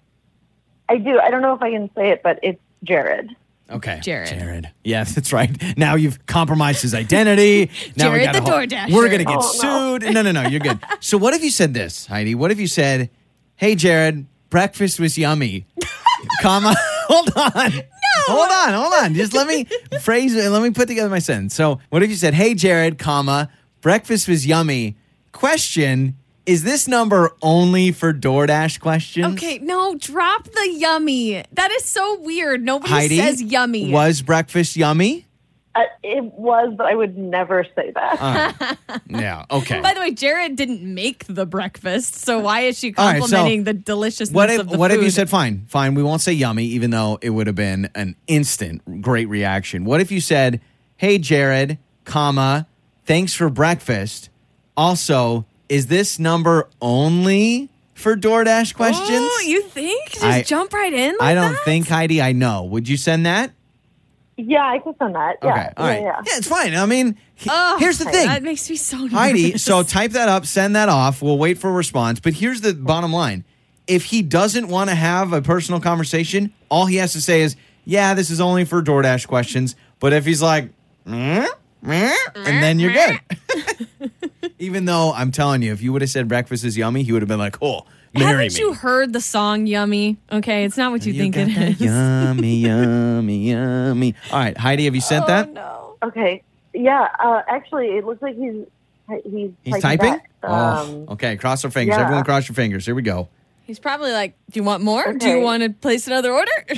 Speaker 6: I do. I don't know if I can say it, but it's Jared.
Speaker 1: Okay,
Speaker 2: Jared.
Speaker 1: Jared. Yeah, that's right. Now you've compromised his identity. Now we
Speaker 2: Jared
Speaker 1: got a
Speaker 2: the
Speaker 1: whole-
Speaker 2: DoorDasher.
Speaker 1: We're gonna get
Speaker 6: Oh, no.
Speaker 1: sued. No. no, no, You're good. So what if you said this, Heidi? What if you said, "Hey, Jared, breakfast was yummy." comma. Hold on. No. Hold on. Hold on. Just let me phrase it. Let me put together my sentence. So what if you said, "Hey, Jared, comma, breakfast was yummy." Question. Is this number only for DoorDash questions?
Speaker 2: Okay, no, drop the yummy. That is so weird. Nobody
Speaker 1: Heidi
Speaker 2: says yummy.
Speaker 1: Was breakfast yummy?
Speaker 6: Uh, it was, but I would never say that.
Speaker 1: Uh. Yeah. Okay.
Speaker 2: By the way, Jared didn't make the breakfast, so why is she
Speaker 1: All right, so
Speaker 2: complimenting the deliciousness
Speaker 1: what if
Speaker 2: of the
Speaker 1: what
Speaker 2: food?
Speaker 1: if you said fine, fine? We won't say yummy, even though it would have been an instant great reaction. What if you said, "Hey, Jared, comma, thanks for breakfast." Also, is this number only for DoorDash questions?
Speaker 2: Oh, you think? Just
Speaker 1: I-
Speaker 2: jump right in. Like
Speaker 1: I don't
Speaker 2: that?
Speaker 1: think Heidi. I know. Would you send that?
Speaker 6: yeah, I could send that.
Speaker 1: okay.
Speaker 6: Yeah,
Speaker 1: All right.
Speaker 6: yeah, yeah.
Speaker 1: it's fine. I mean, he- here's the thing.
Speaker 2: That makes me so nervous.
Speaker 1: Heidi, so type that up, send that off. We'll wait for a response. But here's the bottom line if he doesn't want to have a personal conversation, all he has to say is, yeah, this is only for DoorDash questions. But if he's like, "Meh, meh," and then you're good. Even though I'm telling you, if you would have said breakfast is yummy, he would have been like, oh, marry
Speaker 2: haven't
Speaker 1: me.
Speaker 2: you heard the song Yummy? Okay, it's not what you,
Speaker 1: You
Speaker 2: think
Speaker 1: got
Speaker 2: it
Speaker 1: that
Speaker 2: is.
Speaker 1: Yummy, yummy, yummy. All right, Heidi, have you
Speaker 6: Oh,
Speaker 1: sent that?
Speaker 2: No.
Speaker 6: Okay. Yeah. Uh, actually, it looks like he's he's,
Speaker 1: He's typing?
Speaker 6: back.
Speaker 1: oh,
Speaker 6: Um,
Speaker 1: okay, cross our fingers.
Speaker 6: yeah.
Speaker 1: Everyone cross your fingers. Here we go.
Speaker 2: He's probably like, Do you want more? Do you
Speaker 6: Okay.
Speaker 2: want to place another order?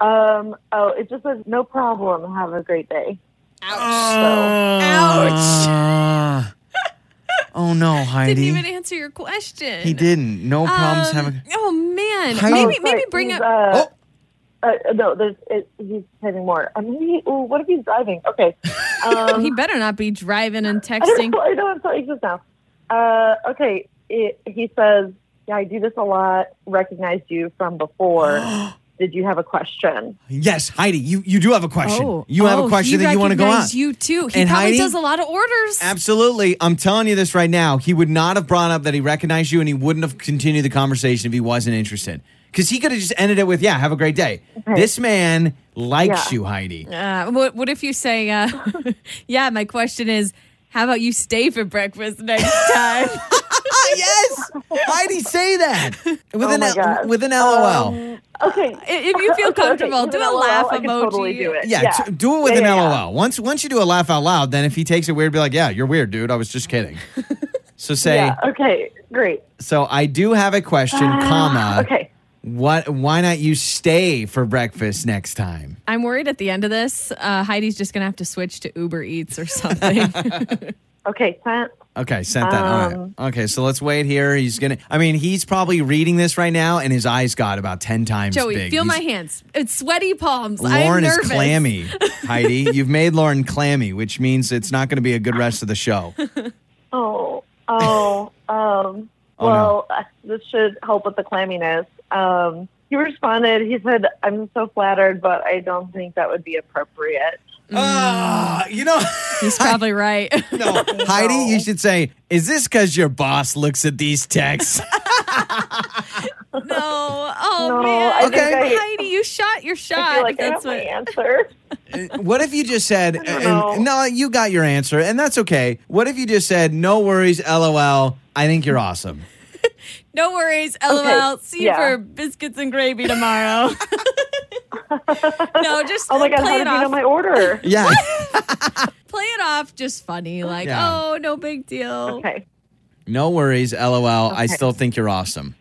Speaker 6: um. Oh, it just says no problem. Have a great day.
Speaker 1: Oh, Ouch. oh no, Heidi.
Speaker 2: Didn't even answer your question.
Speaker 1: he didn't. No problems
Speaker 2: Um,
Speaker 1: having.
Speaker 2: Oh man.
Speaker 1: Heidi-
Speaker 2: Maybe
Speaker 6: Oh,
Speaker 2: maybe
Speaker 6: sorry,
Speaker 2: bring
Speaker 6: he's,
Speaker 2: up
Speaker 6: Uh,
Speaker 1: Oh.
Speaker 6: uh, no, there's it, he's typing more. Uh, maybe. Ooh, what if he's driving? Okay. Um,
Speaker 2: he better not be driving and
Speaker 6: I don't
Speaker 2: texting.
Speaker 6: know. I know. I'm so anxious now. Uh, okay. It, he says, "Yeah, I do this a lot. Recognized you from before. Did you have a question?"
Speaker 1: Yes, Heidi, you, you do have a question. you have
Speaker 2: oh,
Speaker 1: a question
Speaker 2: he
Speaker 1: that you want to go on.
Speaker 2: recognized You too. He
Speaker 1: And
Speaker 2: probably
Speaker 1: Heidi-
Speaker 2: does a lot of orders.
Speaker 1: Absolutely. I'm telling you this right now. He would not have brought up that he recognized you and he wouldn't have continued the conversation if he wasn't interested. Because he could have just ended it with, yeah, have a great day. This man likes
Speaker 6: Yeah.
Speaker 1: you, Heidi.
Speaker 2: Uh, what what if you say, uh, yeah, my question is, how about you stay for breakfast next time?
Speaker 1: Ah, yes. Heidi, say that. With,
Speaker 2: Oh
Speaker 1: an,
Speaker 6: my
Speaker 1: L-
Speaker 6: God.
Speaker 1: with an LOL.
Speaker 2: Um,
Speaker 6: Okay.
Speaker 2: if you feel
Speaker 6: Okay, okay,
Speaker 2: comfortable,
Speaker 6: even
Speaker 2: do a
Speaker 6: LOL,
Speaker 2: laugh
Speaker 6: I could
Speaker 2: emoji.
Speaker 6: Totally do it.
Speaker 1: Yeah, t- do it with
Speaker 6: Yeah,
Speaker 1: an
Speaker 6: yeah,
Speaker 1: LOL.
Speaker 6: yeah.
Speaker 1: Once once you do a laugh out loud, then if he takes it weird, be like, "Yeah, you're weird, dude. I was just kidding." so say,
Speaker 6: Yeah, okay, great.
Speaker 1: "So I do have a question, comma.
Speaker 6: Okay.
Speaker 9: What? Why not you stay for breakfast next time?
Speaker 2: I'm worried at the end of this, uh, Heidi's just gonna have to switch to Uber Eats or something.
Speaker 6: Okay, sent.
Speaker 9: Okay, sent that. All right. Okay, so let's wait here. He's gonna. I mean, he's probably reading this right now, and his eyes got about ten times.
Speaker 2: Joey,
Speaker 9: big.
Speaker 2: feel
Speaker 9: He's-
Speaker 2: my hands. It's sweaty palms. I'm
Speaker 9: Lauren is
Speaker 2: nervous.
Speaker 9: clammy, Heidi. You've made Lauren clammy, which means it's not going to be a good rest of the show.
Speaker 6: Oh, oh, um,
Speaker 9: Oh,
Speaker 6: well, uh this should help with the clamminess. Um, he responded, he said, I'm so flattered, but I don't think that would be appropriate.
Speaker 9: Ah, you know,
Speaker 2: He's probably right.
Speaker 9: no. Heidi, you should say, "Is this because your boss looks at these texts?"
Speaker 2: no. Oh
Speaker 6: No,
Speaker 2: man.
Speaker 6: I
Speaker 1: think Okay.
Speaker 6: I-
Speaker 2: Heidi, you shot your shot.
Speaker 6: I feel like I
Speaker 2: That's
Speaker 6: have my
Speaker 2: what
Speaker 6: answer.
Speaker 9: What if you just said,
Speaker 6: don't know.
Speaker 9: and- no, you got your answer, and that's okay. What if you just said, no worries, lol, I think you're awesome?
Speaker 2: No worries. LOL.
Speaker 6: Okay,
Speaker 2: See
Speaker 6: yeah.
Speaker 2: you for biscuits and gravy tomorrow. no, just uh,
Speaker 6: Oh my God,
Speaker 2: play
Speaker 6: how
Speaker 2: it
Speaker 6: did you
Speaker 2: off.
Speaker 6: know my order?
Speaker 9: Yeah.
Speaker 2: play it off just funny, like,
Speaker 9: Yeah.
Speaker 2: oh, no big deal.
Speaker 6: Okay.
Speaker 9: no worries, lol, I still think you're awesome.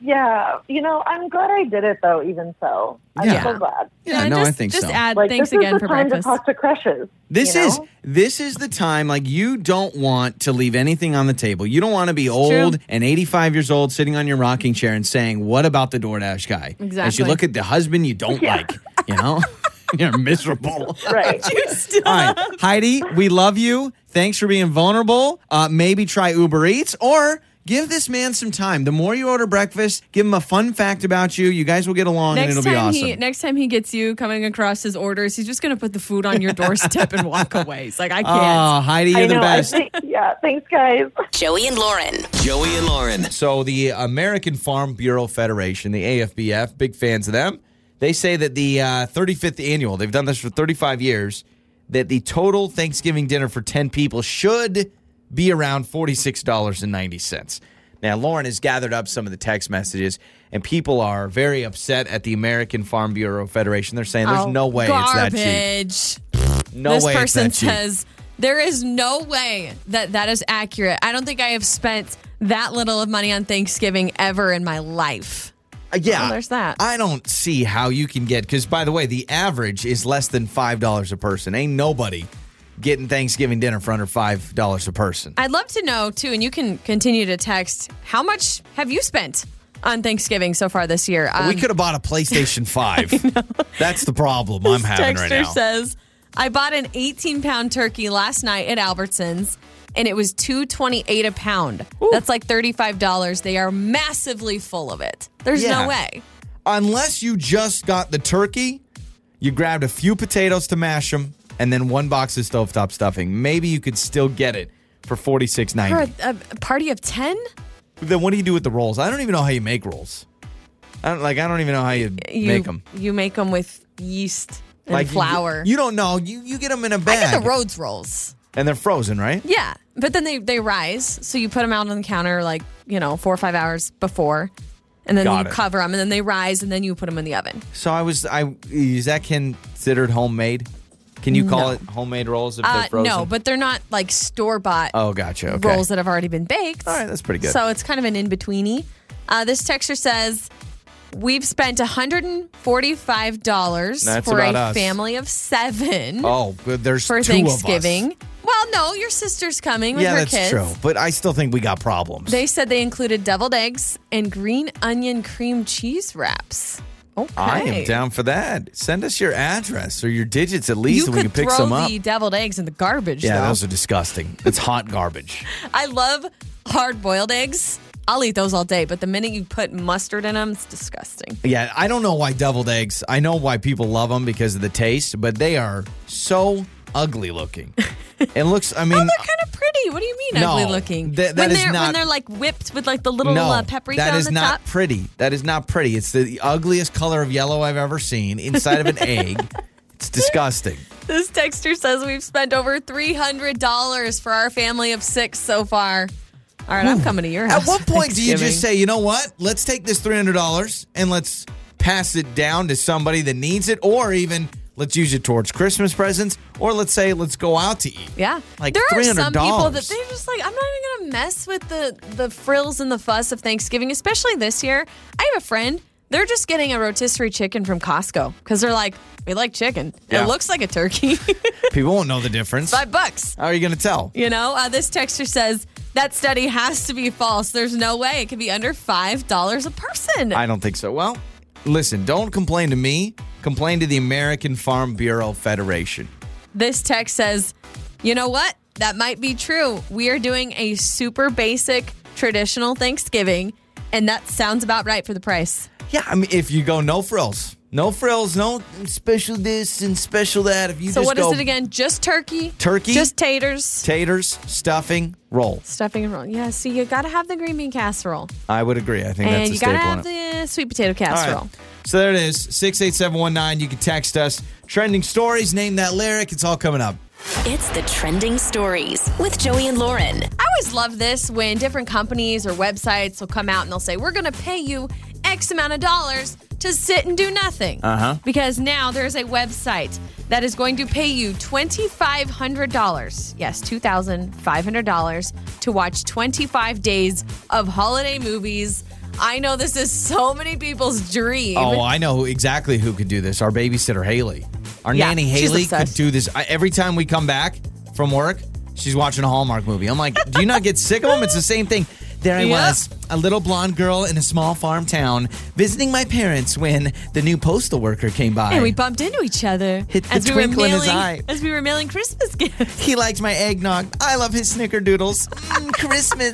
Speaker 6: Yeah, you know, I'm glad I did it though, even so. I'm
Speaker 9: Yeah.
Speaker 6: so glad.
Speaker 9: Yeah, no,
Speaker 2: just,
Speaker 9: I think
Speaker 2: just
Speaker 9: so.
Speaker 2: add
Speaker 6: Like,
Speaker 2: thanks
Speaker 6: this
Speaker 2: again
Speaker 6: is the
Speaker 2: for
Speaker 6: time
Speaker 2: breakfast.
Speaker 6: to talk to crushes.
Speaker 9: This
Speaker 6: you
Speaker 9: is
Speaker 6: know?
Speaker 9: this is the time like you don't want to leave anything on the table. You don't want to be old and 85 years old sitting on your rocking chair and saying, "What about the DoorDash guy?" As you
Speaker 2: Exactly.
Speaker 9: look at the husband you don't like, you know? you're miserable.
Speaker 6: right.
Speaker 9: All right, Heidi, we love you. Thanks for being vulnerable. Uh, maybe try Uber Eats or give this man some time. The more you order breakfast, give him a fun fact about you. You guys will get along
Speaker 2: Next
Speaker 9: and it'll
Speaker 2: time
Speaker 9: be awesome.
Speaker 2: he next time he gets you coming across his orders, he's just gonna put the food on your doorstep and walk away. It's like I can't.
Speaker 9: oh, Heidi,
Speaker 6: I
Speaker 9: you're the
Speaker 6: know. I
Speaker 9: best.
Speaker 6: think, yeah, thanks, guys.
Speaker 3: Joey and Lauren.
Speaker 4: Joey and Lauren.
Speaker 1: So the American Farm Bureau Federation, the AFBF, big fans of them. They say that the uh, 35th annual, they've done this for 35 years, that the total Thanksgiving dinner for 10 people should be around $46.90. Now, Lauren has gathered up some of the text messages, and people are very upset at the American Farm Bureau Federation. They're saying there's
Speaker 2: Oh,
Speaker 1: no way it's that cheap.
Speaker 2: garbage.
Speaker 1: No
Speaker 2: this
Speaker 1: way
Speaker 2: person
Speaker 1: it's that cheap.
Speaker 2: says there is no way that that is accurate. I don't think I have spent that little of money on Thanksgiving ever in my life.
Speaker 1: Uh, yeah,
Speaker 2: Well, there's that.
Speaker 1: I don't see how you can get because, by the way, the average is less than five dollars a person. Ain't nobody getting Thanksgiving dinner for under five dollars a person.
Speaker 2: I'd love to know too, and you can continue to text. How much have you spent on Thanksgiving so far this year? Um,
Speaker 1: we could have bought a PlayStation Five. That's the problem I'm having right
Speaker 2: Texter
Speaker 1: now.
Speaker 2: says, I bought an 18 pound turkey last night at Albertsons and it was 228 a pound. That's like $35. They are massively full of it. There's
Speaker 1: Yeah.
Speaker 2: no way.
Speaker 1: Unless you just got the turkey, you grabbed a few potatoes to mash them, and then one box of stovetop stuffing. Maybe you could still get it for forty six
Speaker 2: For a,
Speaker 1: ninety.
Speaker 2: a party of 10?
Speaker 1: Then what do you do with the rolls? I don't even know how you make rolls. I don't like. I don't even know how you,
Speaker 2: You
Speaker 1: make them.
Speaker 2: You make them with yeast and
Speaker 1: you-
Speaker 2: flour.
Speaker 1: You, don't know. You you get them in a
Speaker 2: I
Speaker 1: bag.
Speaker 2: get the Rhodes rolls.
Speaker 1: and they're frozen, right?
Speaker 2: Yeah. But then they, they rise. So you put them out on the counter like, you know, four or five hours before. And then
Speaker 1: Got
Speaker 2: you
Speaker 1: it.
Speaker 2: cover them and then they rise and then you put them in the oven.
Speaker 1: So I was I is that considered homemade? Can you call it homemade rolls if
Speaker 2: Uh,
Speaker 1: they're frozen?
Speaker 2: no, but they're not like store bought
Speaker 1: oh, gotcha. Okay.
Speaker 2: rolls that have already been baked.
Speaker 1: All right, that's pretty good.
Speaker 2: So it's kind of an in betweeny. Uh, this texture says, "We've spent one hundred and forty-five dollars
Speaker 1: That's
Speaker 2: for a
Speaker 1: about us.
Speaker 2: family of seven
Speaker 1: oh, good. There's
Speaker 2: for
Speaker 1: two Of
Speaker 2: Thanksgiving." Well, no, your sister's coming
Speaker 1: us.
Speaker 2: with
Speaker 1: Yeah,
Speaker 2: her
Speaker 1: that's
Speaker 2: kids.
Speaker 1: true. But I still think we got problems.
Speaker 2: They said they included deviled eggs and green onion cream cheese wraps. Okay,
Speaker 1: I am down for that. Send us your address or your digits at least,
Speaker 2: You
Speaker 1: and
Speaker 2: could
Speaker 1: we can pick
Speaker 2: throw
Speaker 1: some up.
Speaker 2: the deviled eggs in the garbage.
Speaker 1: yeah,
Speaker 2: though.
Speaker 1: those are disgusting. It's hot garbage.
Speaker 2: I love hard boiled eggs. I'll eat those all day, but the minute you put mustard in them, it's disgusting.
Speaker 1: Yeah, I don't know why deviled eggs. I know why people love them because of the taste, but they are so ugly looking. It looks. I mean,
Speaker 2: They're kind of pretty. What do you mean
Speaker 1: No,
Speaker 2: ugly looking?
Speaker 1: that- that
Speaker 2: when
Speaker 1: is
Speaker 2: they're when
Speaker 1: not-
Speaker 2: they're like whipped with like the little
Speaker 1: no,
Speaker 2: uh, paprika
Speaker 1: that
Speaker 2: on
Speaker 1: is
Speaker 2: the
Speaker 1: not
Speaker 2: top.
Speaker 1: pretty. That is not pretty. It's the ugliest color of yellow I've ever seen inside of an egg. It's disgusting.
Speaker 2: This texter says we've spent over three hundred dollars for our family of six so far. All right, I'm coming to your house.
Speaker 1: Hmm. At what
Speaker 2: for
Speaker 1: point do you just
Speaker 2: Thanksgiving.
Speaker 1: say, you know what? Let's take this three hundred dollars and let's pass it down to somebody that needs it, or even let's use it towards Christmas presents, or let's say let's go out to eat.
Speaker 2: Yeah.
Speaker 1: Like
Speaker 2: there are some people that
Speaker 1: $300.
Speaker 2: they're just like, I'm not even gonna mess with the the frills and the fuss of Thanksgiving, especially this year. I have a friend, they're just getting a rotisserie chicken from Costco because they're like, we like chicken.
Speaker 1: Yeah.
Speaker 2: It looks like a turkey.
Speaker 1: People won't know the difference.
Speaker 2: Five bucks.
Speaker 1: How are you going to tell?
Speaker 2: You know, uh, this texture says that study has to be false. There's no way it could be under five dollars a person.
Speaker 1: I don't think so. Well, listen, don't complain to me. Complain to the American Farm Bureau Federation.
Speaker 2: this text says, you know what? That might be true. We are doing a super basic traditional Thanksgiving, and that sounds about right for the price.
Speaker 1: Yeah, I mean, if you go no frills, no frills, no special this and special that. If you
Speaker 2: So
Speaker 1: just
Speaker 2: what is
Speaker 1: go
Speaker 2: it again? Just turkey,
Speaker 1: Turkey?
Speaker 2: just taters,
Speaker 1: Taters, stuffing, roll.
Speaker 2: stuffing and roll. Yeah, see, you gotta have the green bean casserole,
Speaker 1: I would agree. I think that's
Speaker 2: and
Speaker 1: a
Speaker 2: you gotta
Speaker 1: staple.
Speaker 2: have
Speaker 1: in it.
Speaker 2: the sweet potato
Speaker 1: All
Speaker 2: casserole.
Speaker 1: right. So there it is, 68719. You can text us. Trending stories, name that lyric. It's all coming up.
Speaker 3: It's the trending stories with Joey and Lauren.
Speaker 2: I always love this when different companies or websites will come out and they'll say, We're going to pay you X amount of dollars to sit and do nothing. Uh
Speaker 1: Uh-huh.
Speaker 2: huh. Because now there's a website that is going to pay you $2,500. Yes, $2,500 to watch 25 days of holiday movies. I know this is so many people's dream.
Speaker 1: Oh, I know who- exactly who could do this. Our babysitter Haley. Our
Speaker 2: Yeah,
Speaker 1: nanny
Speaker 2: she's
Speaker 1: Haley could
Speaker 2: obsessed.
Speaker 1: do this. I, every time we come back from work, she's watching a Hallmark movie. I'm like, do you not get sick of them? It's the same thing. There I
Speaker 2: Yeah.
Speaker 1: was, a little blonde girl in a small farm town, visiting my parents when the new postal worker came by.
Speaker 2: and we bumped into each other
Speaker 1: Hit the
Speaker 2: as we were
Speaker 1: twinkle in his
Speaker 2: mailing
Speaker 1: eye.
Speaker 2: as we were mailing Christmas gifts.
Speaker 1: he liked my eggnog. I love his snickerdoodles. Mm, Christmas.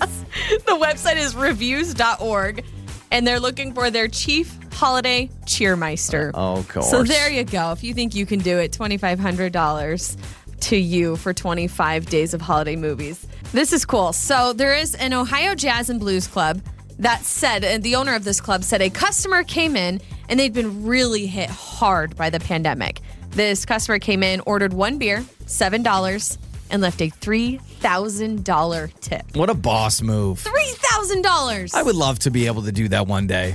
Speaker 2: the website is reviews.org and they're looking for their chief holiday cheermeister.
Speaker 1: Oh, course.
Speaker 2: So there you go. If you think you can do it, $2,500 to you for 25 days of holiday movies. This is cool. So there is an Ohio Jazz and Blues Club that said, and the owner of this club said a customer came in and they'd been really hit hard by the pandemic. This customer came in, ordered one beer, $7, and left a $3,000 tip.
Speaker 1: What a boss move.
Speaker 2: Three thousand dollars.
Speaker 1: I would love to be able to do that one day.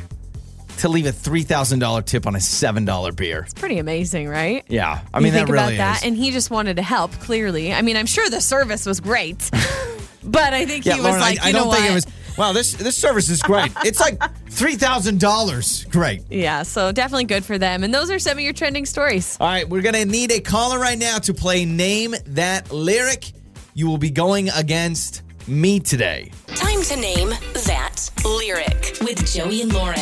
Speaker 1: To leave a $3,000 tip on a $7 beer.
Speaker 2: Pretty amazing, right?
Speaker 1: Yeah. I mean,
Speaker 2: you think
Speaker 1: that really
Speaker 2: about
Speaker 1: is.
Speaker 2: that, and he just wanted to help. Clearly, I mean, I'm sure the service was great, but I think he was
Speaker 1: Lauren, I-
Speaker 2: like,
Speaker 1: I,
Speaker 2: you know
Speaker 1: don't think
Speaker 2: what?
Speaker 1: it was. Wow, this this service is great. It's like three thousand dollars. Great.
Speaker 2: Yeah, so definitely good for them. And those are some of your trending stories.
Speaker 1: All right, we're gonna need a caller right now to play name that lyric. You will be going against me today.
Speaker 3: Time to name that lyric with Joey and Lauren.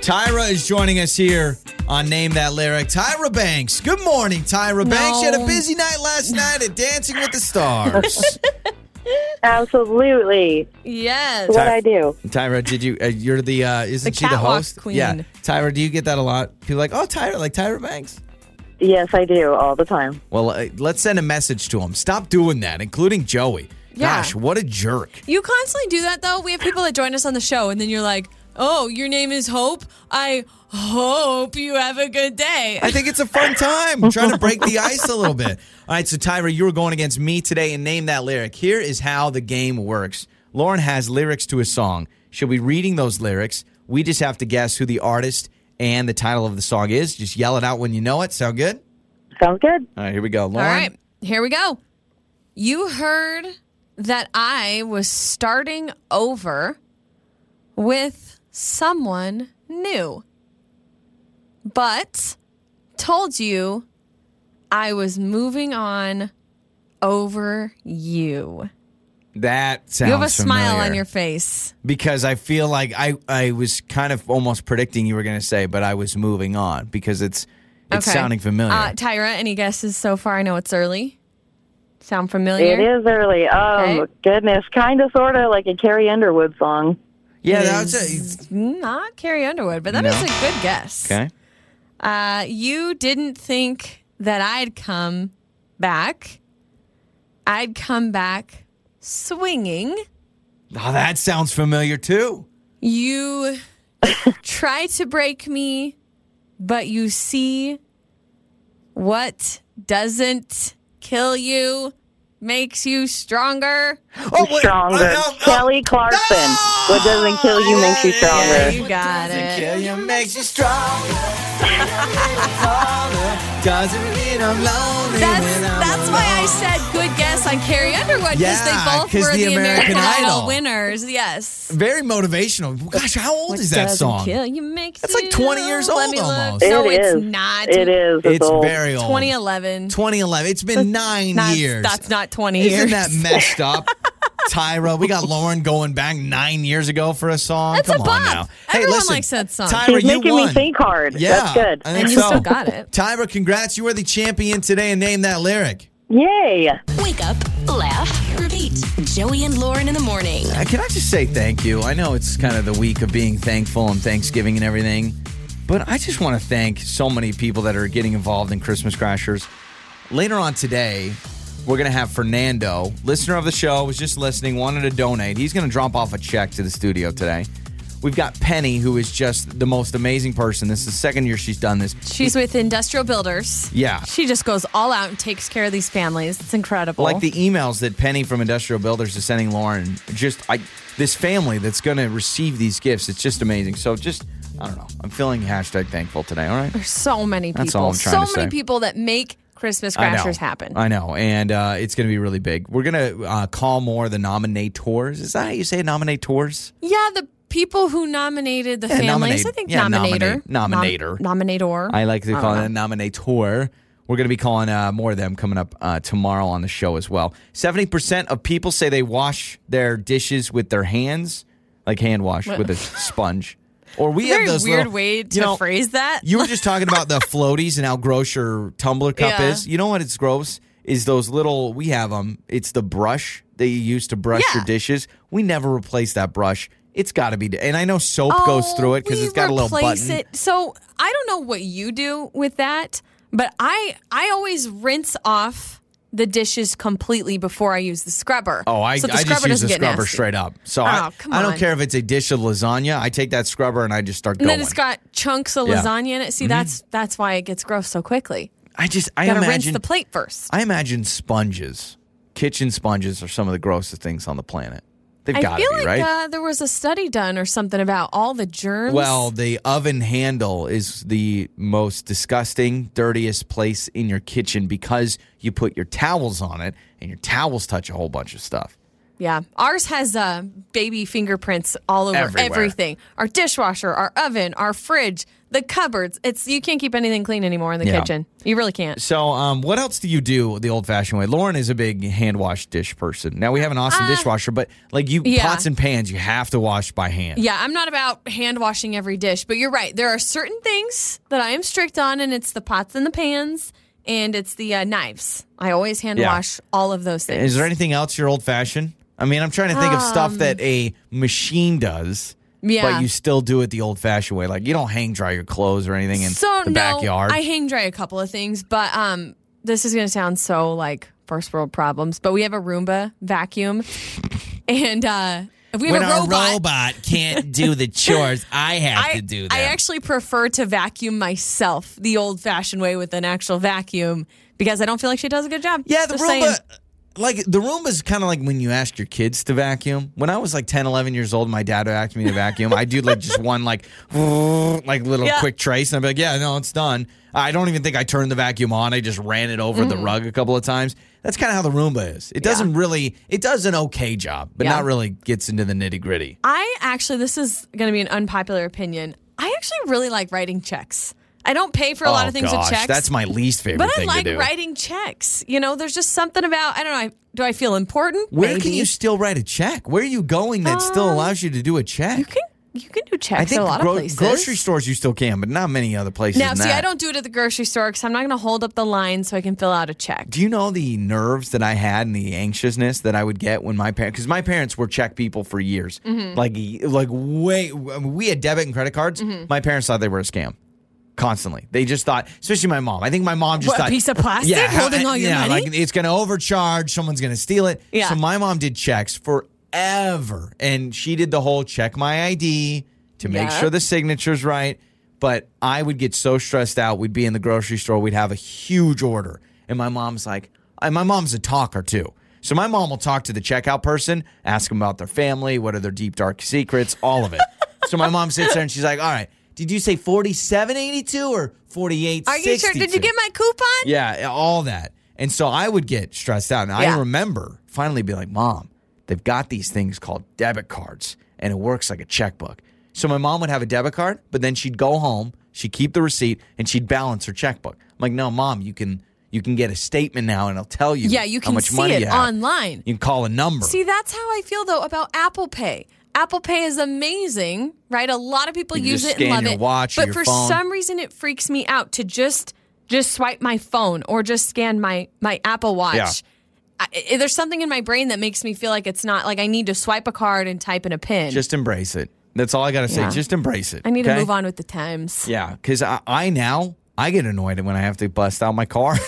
Speaker 1: Tyra is joining us here on Name That Lyric. Tyra Banks. Good morning, Tyra Banks. You had a
Speaker 2: No.
Speaker 1: busy night last night at Dancing with the Stars.
Speaker 6: Absolutely.
Speaker 2: Yes.
Speaker 6: What
Speaker 1: Ty-
Speaker 6: I do.
Speaker 1: Tyra, did you? Uh, you're the uh, isn't
Speaker 2: The
Speaker 1: she the
Speaker 2: catwalk
Speaker 1: host?
Speaker 2: queen.
Speaker 1: Yeah, Tyra. Do you get that a lot? People are like, oh, Tyra, like Tyra Banks.
Speaker 6: Yes, I do all the time.
Speaker 1: Well, uh, let's send a message to him. Stop doing that, including Joey.
Speaker 2: Yeah.
Speaker 1: Gosh, what a jerk.
Speaker 2: You constantly do that though. We have people that join us on the show, and then you're like, "Oh, your name is Hope. I hope you have a good day."
Speaker 1: I think it's a fun time I'm trying to break the ice a little bit. All right, so Tyra, you were going against me today and name that lyric. Here is how the game works. Lauren has lyrics to a song. She'll be reading those lyrics. We just have to guess who the artist and the title of the song is. Just yell it out when you know it. Sound good?
Speaker 6: Sounds good.
Speaker 1: All right, here we go. Lauren.
Speaker 2: All right, here we go. You heard that I was starting over with someone new, but told you I was moving on over you.
Speaker 1: That sounds
Speaker 2: you have a smile
Speaker 1: familiar.
Speaker 2: on your face.
Speaker 1: because I feel like I I was kind of almost predicting you were going to say, but I was moving on because it's it's sounding familiar.
Speaker 2: Uh, Tyra, any guesses so far? I know it's early. Sound familiar?
Speaker 6: It is early. Oh
Speaker 2: Okay.
Speaker 6: goodness, kind of, sort of like a Carrie Underwood song.
Speaker 1: yeah, that's
Speaker 2: It's Not Carrie Underwood, but that
Speaker 1: No.
Speaker 2: is a good guess.
Speaker 1: okay.
Speaker 2: Uh, you didn't think that I'd come back. I'd come back swinging.
Speaker 1: Oh, that sounds familiar too.
Speaker 2: You try to break me, but you see what doesn't kill you makes you stronger.
Speaker 1: Oh, wait,
Speaker 6: Stronger.
Speaker 1: oh, oh, oh.
Speaker 6: Kelly Clarkson. What doesn't kill you makes you stronger.
Speaker 2: Yeah, you got
Speaker 1: Doesn't
Speaker 2: it.
Speaker 1: kill you makes you stronger. Doesn't mean I'm lonely.
Speaker 2: That's
Speaker 1: when I'm
Speaker 2: that's why I
Speaker 1: alone.
Speaker 2: said good guess on Carrie Underwood
Speaker 10: Yeah,
Speaker 2: because they both
Speaker 10: 'cause
Speaker 2: were
Speaker 10: the
Speaker 2: the,
Speaker 10: American
Speaker 2: American,
Speaker 10: Idol.
Speaker 2: Idol. winners. Yes.
Speaker 10: Very motivational. Gosh, how old is that song?
Speaker 2: Kill you makes
Speaker 10: That's like
Speaker 2: you
Speaker 10: 20 years
Speaker 2: Let
Speaker 10: old
Speaker 2: me look.
Speaker 10: almost.
Speaker 2: No,
Speaker 11: It
Speaker 2: it's
Speaker 11: is.
Speaker 2: not.
Speaker 11: It is.
Speaker 10: It's
Speaker 11: old.
Speaker 10: very old.
Speaker 2: 2011.
Speaker 10: 2011. It's been nine
Speaker 2: Not-
Speaker 10: years.
Speaker 2: That's not 20
Speaker 10: Isn't
Speaker 2: years.
Speaker 10: that messed up? Tyra, we got Lauren going back nine years ago for a song.
Speaker 2: That's
Speaker 10: Come
Speaker 2: a
Speaker 10: on
Speaker 2: bop.
Speaker 10: now. hey,
Speaker 2: Everyone
Speaker 10: listen,
Speaker 2: likes that song.
Speaker 10: Tyra,
Speaker 6: She's
Speaker 10: you
Speaker 6: making
Speaker 10: won.
Speaker 6: me think hard.
Speaker 10: Yeah,
Speaker 6: That's good.
Speaker 10: I think
Speaker 2: and you
Speaker 10: so.
Speaker 2: still got it.
Speaker 10: Tyra, congrats. You are the champion today and name that lyric.
Speaker 6: Yay.
Speaker 3: Wake up, laugh, repeat. Joey and Lauren in the morning.
Speaker 1: Uh, Can I just say thank you? I know it's kind of the week of being thankful and Thanksgiving and everything, but I just want to thank so many people that are getting involved in Christmas Crashers. Later on today, we're going to have Fernando, listener of the show, was just listening, wanted to donate. He's going to drop off a check to the studio today. We've got Penny, who is just the most amazing person. This is the second year she's done this.
Speaker 2: She's with Industrial Builders.
Speaker 1: Yeah.
Speaker 2: She just goes all out and takes care of these families. It's incredible.
Speaker 1: Like the emails that Penny from Industrial Builders is sending Lauren, just I this family that's going to receive these gifts. It's just amazing. So just I don't know. I'm feeling hashtag thankful today. All right.
Speaker 2: so many people.
Speaker 1: That's all I'm trying
Speaker 2: so
Speaker 1: to
Speaker 2: many
Speaker 1: say.
Speaker 2: people that make Christmas
Speaker 1: I know.
Speaker 2: crashers happen.
Speaker 1: I know, and uh, it's going to be really big. We're going to uh, call more the nominators. Is that how you say it? nominators?
Speaker 2: yeah, the people who nominated the
Speaker 1: Yeah,
Speaker 2: families.
Speaker 1: nominate.
Speaker 2: I think
Speaker 1: Yeah,
Speaker 2: nominator.
Speaker 1: nominate. Nominator.
Speaker 2: Nom- nominator. Um,
Speaker 1: I like to
Speaker 2: I
Speaker 1: call it
Speaker 2: don't
Speaker 1: a nominator. We're going to be calling uh, more of them coming up uh, tomorrow on the show as well. 70% of people say they wash their dishes with their hands, like hand wash with a sponge. Or we
Speaker 2: Very
Speaker 1: have those
Speaker 2: weird
Speaker 1: little-
Speaker 2: way to
Speaker 1: you know,
Speaker 2: phrase that.
Speaker 1: You were just talking about the floaties and how gross your tumbler cup
Speaker 2: Yeah.
Speaker 1: is. You know what it's gross? Is those little, we have them. It's the brush that you use to brush
Speaker 2: Yeah.
Speaker 1: your dishes. We never replace that brush. It's got to be, and I know soap goes
Speaker 2: Oh,
Speaker 1: through it because
Speaker 2: we
Speaker 1: it's got a little
Speaker 2: replace
Speaker 1: button.
Speaker 2: It. So I don't know what you do with that, but I I always rinse off the dishes completely before I use the scrubber.
Speaker 1: Oh, I,
Speaker 2: so the
Speaker 1: I
Speaker 2: scrubber
Speaker 1: just use
Speaker 2: doesn't
Speaker 1: the
Speaker 2: get
Speaker 1: scrubber
Speaker 2: nasty.
Speaker 1: straight up. So
Speaker 2: Oh,
Speaker 1: I,
Speaker 2: come
Speaker 1: I don't
Speaker 2: on.
Speaker 1: care if it's a dish of lasagna. I take that scrubber and I just start
Speaker 2: And
Speaker 1: going.
Speaker 2: then it's got chunks of
Speaker 1: Yeah.
Speaker 2: lasagna in it. See, that's that's why it gets gross so quickly.
Speaker 1: I just I
Speaker 2: Gotta
Speaker 1: imagine
Speaker 2: rinse the plate first.
Speaker 1: I imagine sponges, kitchen sponges are some of the grossest things on the planet. They've
Speaker 2: I
Speaker 1: got to
Speaker 2: feel
Speaker 1: be
Speaker 2: like
Speaker 1: right.
Speaker 2: uh, there was a study done or something about all the germs.
Speaker 1: well, the oven handle is the most disgusting, dirtiest place in your kitchen because you put your towels on it and your towels touch a whole bunch of stuff.
Speaker 2: yeah, ours has uh, baby fingerprints all over
Speaker 1: Everywhere.
Speaker 2: everything. Our dishwasher, our oven, our fridge, the cupboards. It's you can't keep anything clean anymore in the
Speaker 1: Yeah.
Speaker 2: kitchen. You really can't.
Speaker 1: So, um, what else do you do the old-fashioned way? Lauren is a big hand wash dish person. Now we have an awesome dishwasher, but like you,
Speaker 2: Uh, yeah.
Speaker 1: pots and pans, you have to wash by hand.
Speaker 2: Yeah, I'm not about hand washing every dish, but you're right. There are certain things that I am strict on, and it's the pots and the pans, and it's the uh, knives. I always hand
Speaker 1: Yeah.
Speaker 2: wash all of those things.
Speaker 1: Is there anything else you're old-fashioned? I mean, I'm trying to think of stuff that a machine does,
Speaker 2: Um, Yeah.
Speaker 1: but you still do it the old-fashioned way. Like you don't hang dry your clothes or anything in
Speaker 2: so
Speaker 1: the
Speaker 2: no,
Speaker 1: backyard.
Speaker 2: I hang dry a couple of things, but um, this is gonna sound so like first world problems. But we have a Roomba vacuum, and uh, if we have
Speaker 10: When
Speaker 2: a
Speaker 10: our
Speaker 2: robot.
Speaker 10: robot can't do the chores, I have
Speaker 2: I,
Speaker 10: to do that.
Speaker 2: I actually prefer to vacuum myself the old fashioned way with an actual vacuum because I don't feel like she does a good job.
Speaker 1: yeah, the
Speaker 2: Just
Speaker 1: Roomba.
Speaker 2: saying.
Speaker 1: Like the Roomba's kind of like when you ask your kids to vacuum. When I was like 10, 11 years old, my dad would ask me to vacuum. I do like just one like like little
Speaker 2: Yeah.
Speaker 1: quick trace, and I'd be like, "Yeah, no, it's done." I don't even think I turned the vacuum on. I just ran it over the
Speaker 2: Mm-hmm.
Speaker 1: rug a couple of times. That's kind of how the Roomba is. It doesn't really. It does an okay job, but
Speaker 2: Yeah.
Speaker 1: not really gets into the nitty gritty.
Speaker 2: I actually, this is going to be an unpopular opinion. I actually really like writing checks. I don't pay for a lot of things
Speaker 1: Oh, gosh,
Speaker 2: with checks.
Speaker 1: That's my least favorite
Speaker 2: but I
Speaker 1: thing
Speaker 2: like
Speaker 1: to do.
Speaker 2: writing checks. You know, there's just something about I don't know. I, do I feel important?
Speaker 1: Where
Speaker 2: Maybe.
Speaker 1: can you still write a check? Where are you going that still allows you to do a check?
Speaker 2: Um, You can you can do checks
Speaker 1: I think
Speaker 2: at a lot
Speaker 1: gro-
Speaker 2: of places.
Speaker 1: grocery stores you still can, but not many other places.
Speaker 2: Now,
Speaker 1: than
Speaker 2: see,
Speaker 1: that.
Speaker 2: I don't do it at the grocery store because I'm not going to hold up the line so I can fill out a check.
Speaker 1: Do you know the nerves that I had and the anxiousness that I would get when my parents? Because my parents were check people for years,
Speaker 2: Mm-hmm.
Speaker 1: like like way. I mean, we had debit and credit cards.
Speaker 2: Mm-hmm.
Speaker 1: My parents thought they were a scam. Constantly, they just thought, especially my mom. I think my mom just
Speaker 2: What, a
Speaker 1: thought
Speaker 2: piece of plastic
Speaker 1: how-
Speaker 2: holding all your
Speaker 1: yeah,
Speaker 2: money?
Speaker 1: like it's going to overcharge. Someone's going to steal it.
Speaker 2: Yeah.
Speaker 1: So my mom did checks forever, and she did the whole check my ID to make
Speaker 2: Yeah.
Speaker 1: sure the signature's right. But I would get so stressed out. We'd be in the grocery store. We'd have a huge order, and my mom's like, and my mom's a talker too. So my mom will talk to the checkout person, ask them about their family, what are their deep dark secrets, all of it. so my mom sits there and she's like, "All right,
Speaker 12: Did you say forty-seven eighty-two or forty-eight?
Speaker 2: Are you sure? Did you get my coupon?
Speaker 1: Yeah, all that. And so I would get stressed out. And I
Speaker 2: Yeah.
Speaker 1: remember finally being like, Mom, they've got these things called debit cards and it works like a checkbook. So my mom would have a debit card, but then she'd go home, she'd keep the receipt, and she'd balance her checkbook. I'm like, no, mom, you can you can get a statement now and it'll tell you
Speaker 2: Yeah, you
Speaker 1: how
Speaker 2: can
Speaker 1: much
Speaker 2: see
Speaker 1: money
Speaker 2: it
Speaker 1: you have.
Speaker 2: online.
Speaker 1: You can call a number.
Speaker 2: See, that's how I feel though about Apple Pay. Apple Pay is amazing, right? A lot of people
Speaker 1: You can
Speaker 2: use
Speaker 1: just
Speaker 2: it and
Speaker 1: scan
Speaker 2: love
Speaker 1: your
Speaker 2: it.
Speaker 1: watch or
Speaker 2: but
Speaker 1: your
Speaker 2: for
Speaker 1: phone.
Speaker 2: some reason it freaks me out to just just swipe my phone or just scan my my Apple Watch.
Speaker 1: Yeah.
Speaker 2: I, I- there's something in my brain that makes me feel like it's not like I need to swipe a card and type in a pin.
Speaker 1: Just embrace it. That's all I gotta say.
Speaker 2: Yeah.
Speaker 1: Just embrace it.
Speaker 2: I need
Speaker 1: okay?
Speaker 2: to move on with the times.
Speaker 1: Yeah, because I, I now I get annoyed when I have to bust out my car.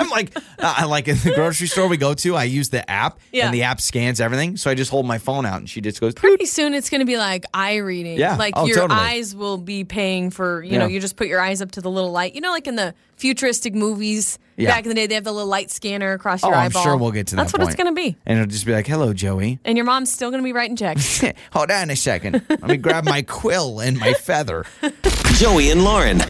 Speaker 1: I'm like, I like in the grocery store we go to, I use the app,
Speaker 2: Yeah.
Speaker 1: and the app scans everything. So I just hold my phone out, and she just goes,
Speaker 2: Pretty soon it's going to be like eye reading.
Speaker 1: Yeah.
Speaker 2: Like
Speaker 1: Oh,
Speaker 2: your
Speaker 1: totally.
Speaker 2: eyes will be paying for, you
Speaker 1: Yeah.
Speaker 2: know, you just put your eyes up to the little light. You know, like in the futuristic movies
Speaker 1: Yeah.
Speaker 2: back in the day, they have the little light scanner across
Speaker 1: "Oh,
Speaker 2: your
Speaker 1: I'm
Speaker 2: eyeball.
Speaker 1: sure we'll get to that."
Speaker 2: That's what it's
Speaker 1: point."
Speaker 2: going to be.
Speaker 1: And it'll just be like, "Hello, Joey.
Speaker 2: And your mom's still going to be writing checks.
Speaker 1: hold on a second. Let me grab my quill and my feather."
Speaker 4: Joey and Lauren.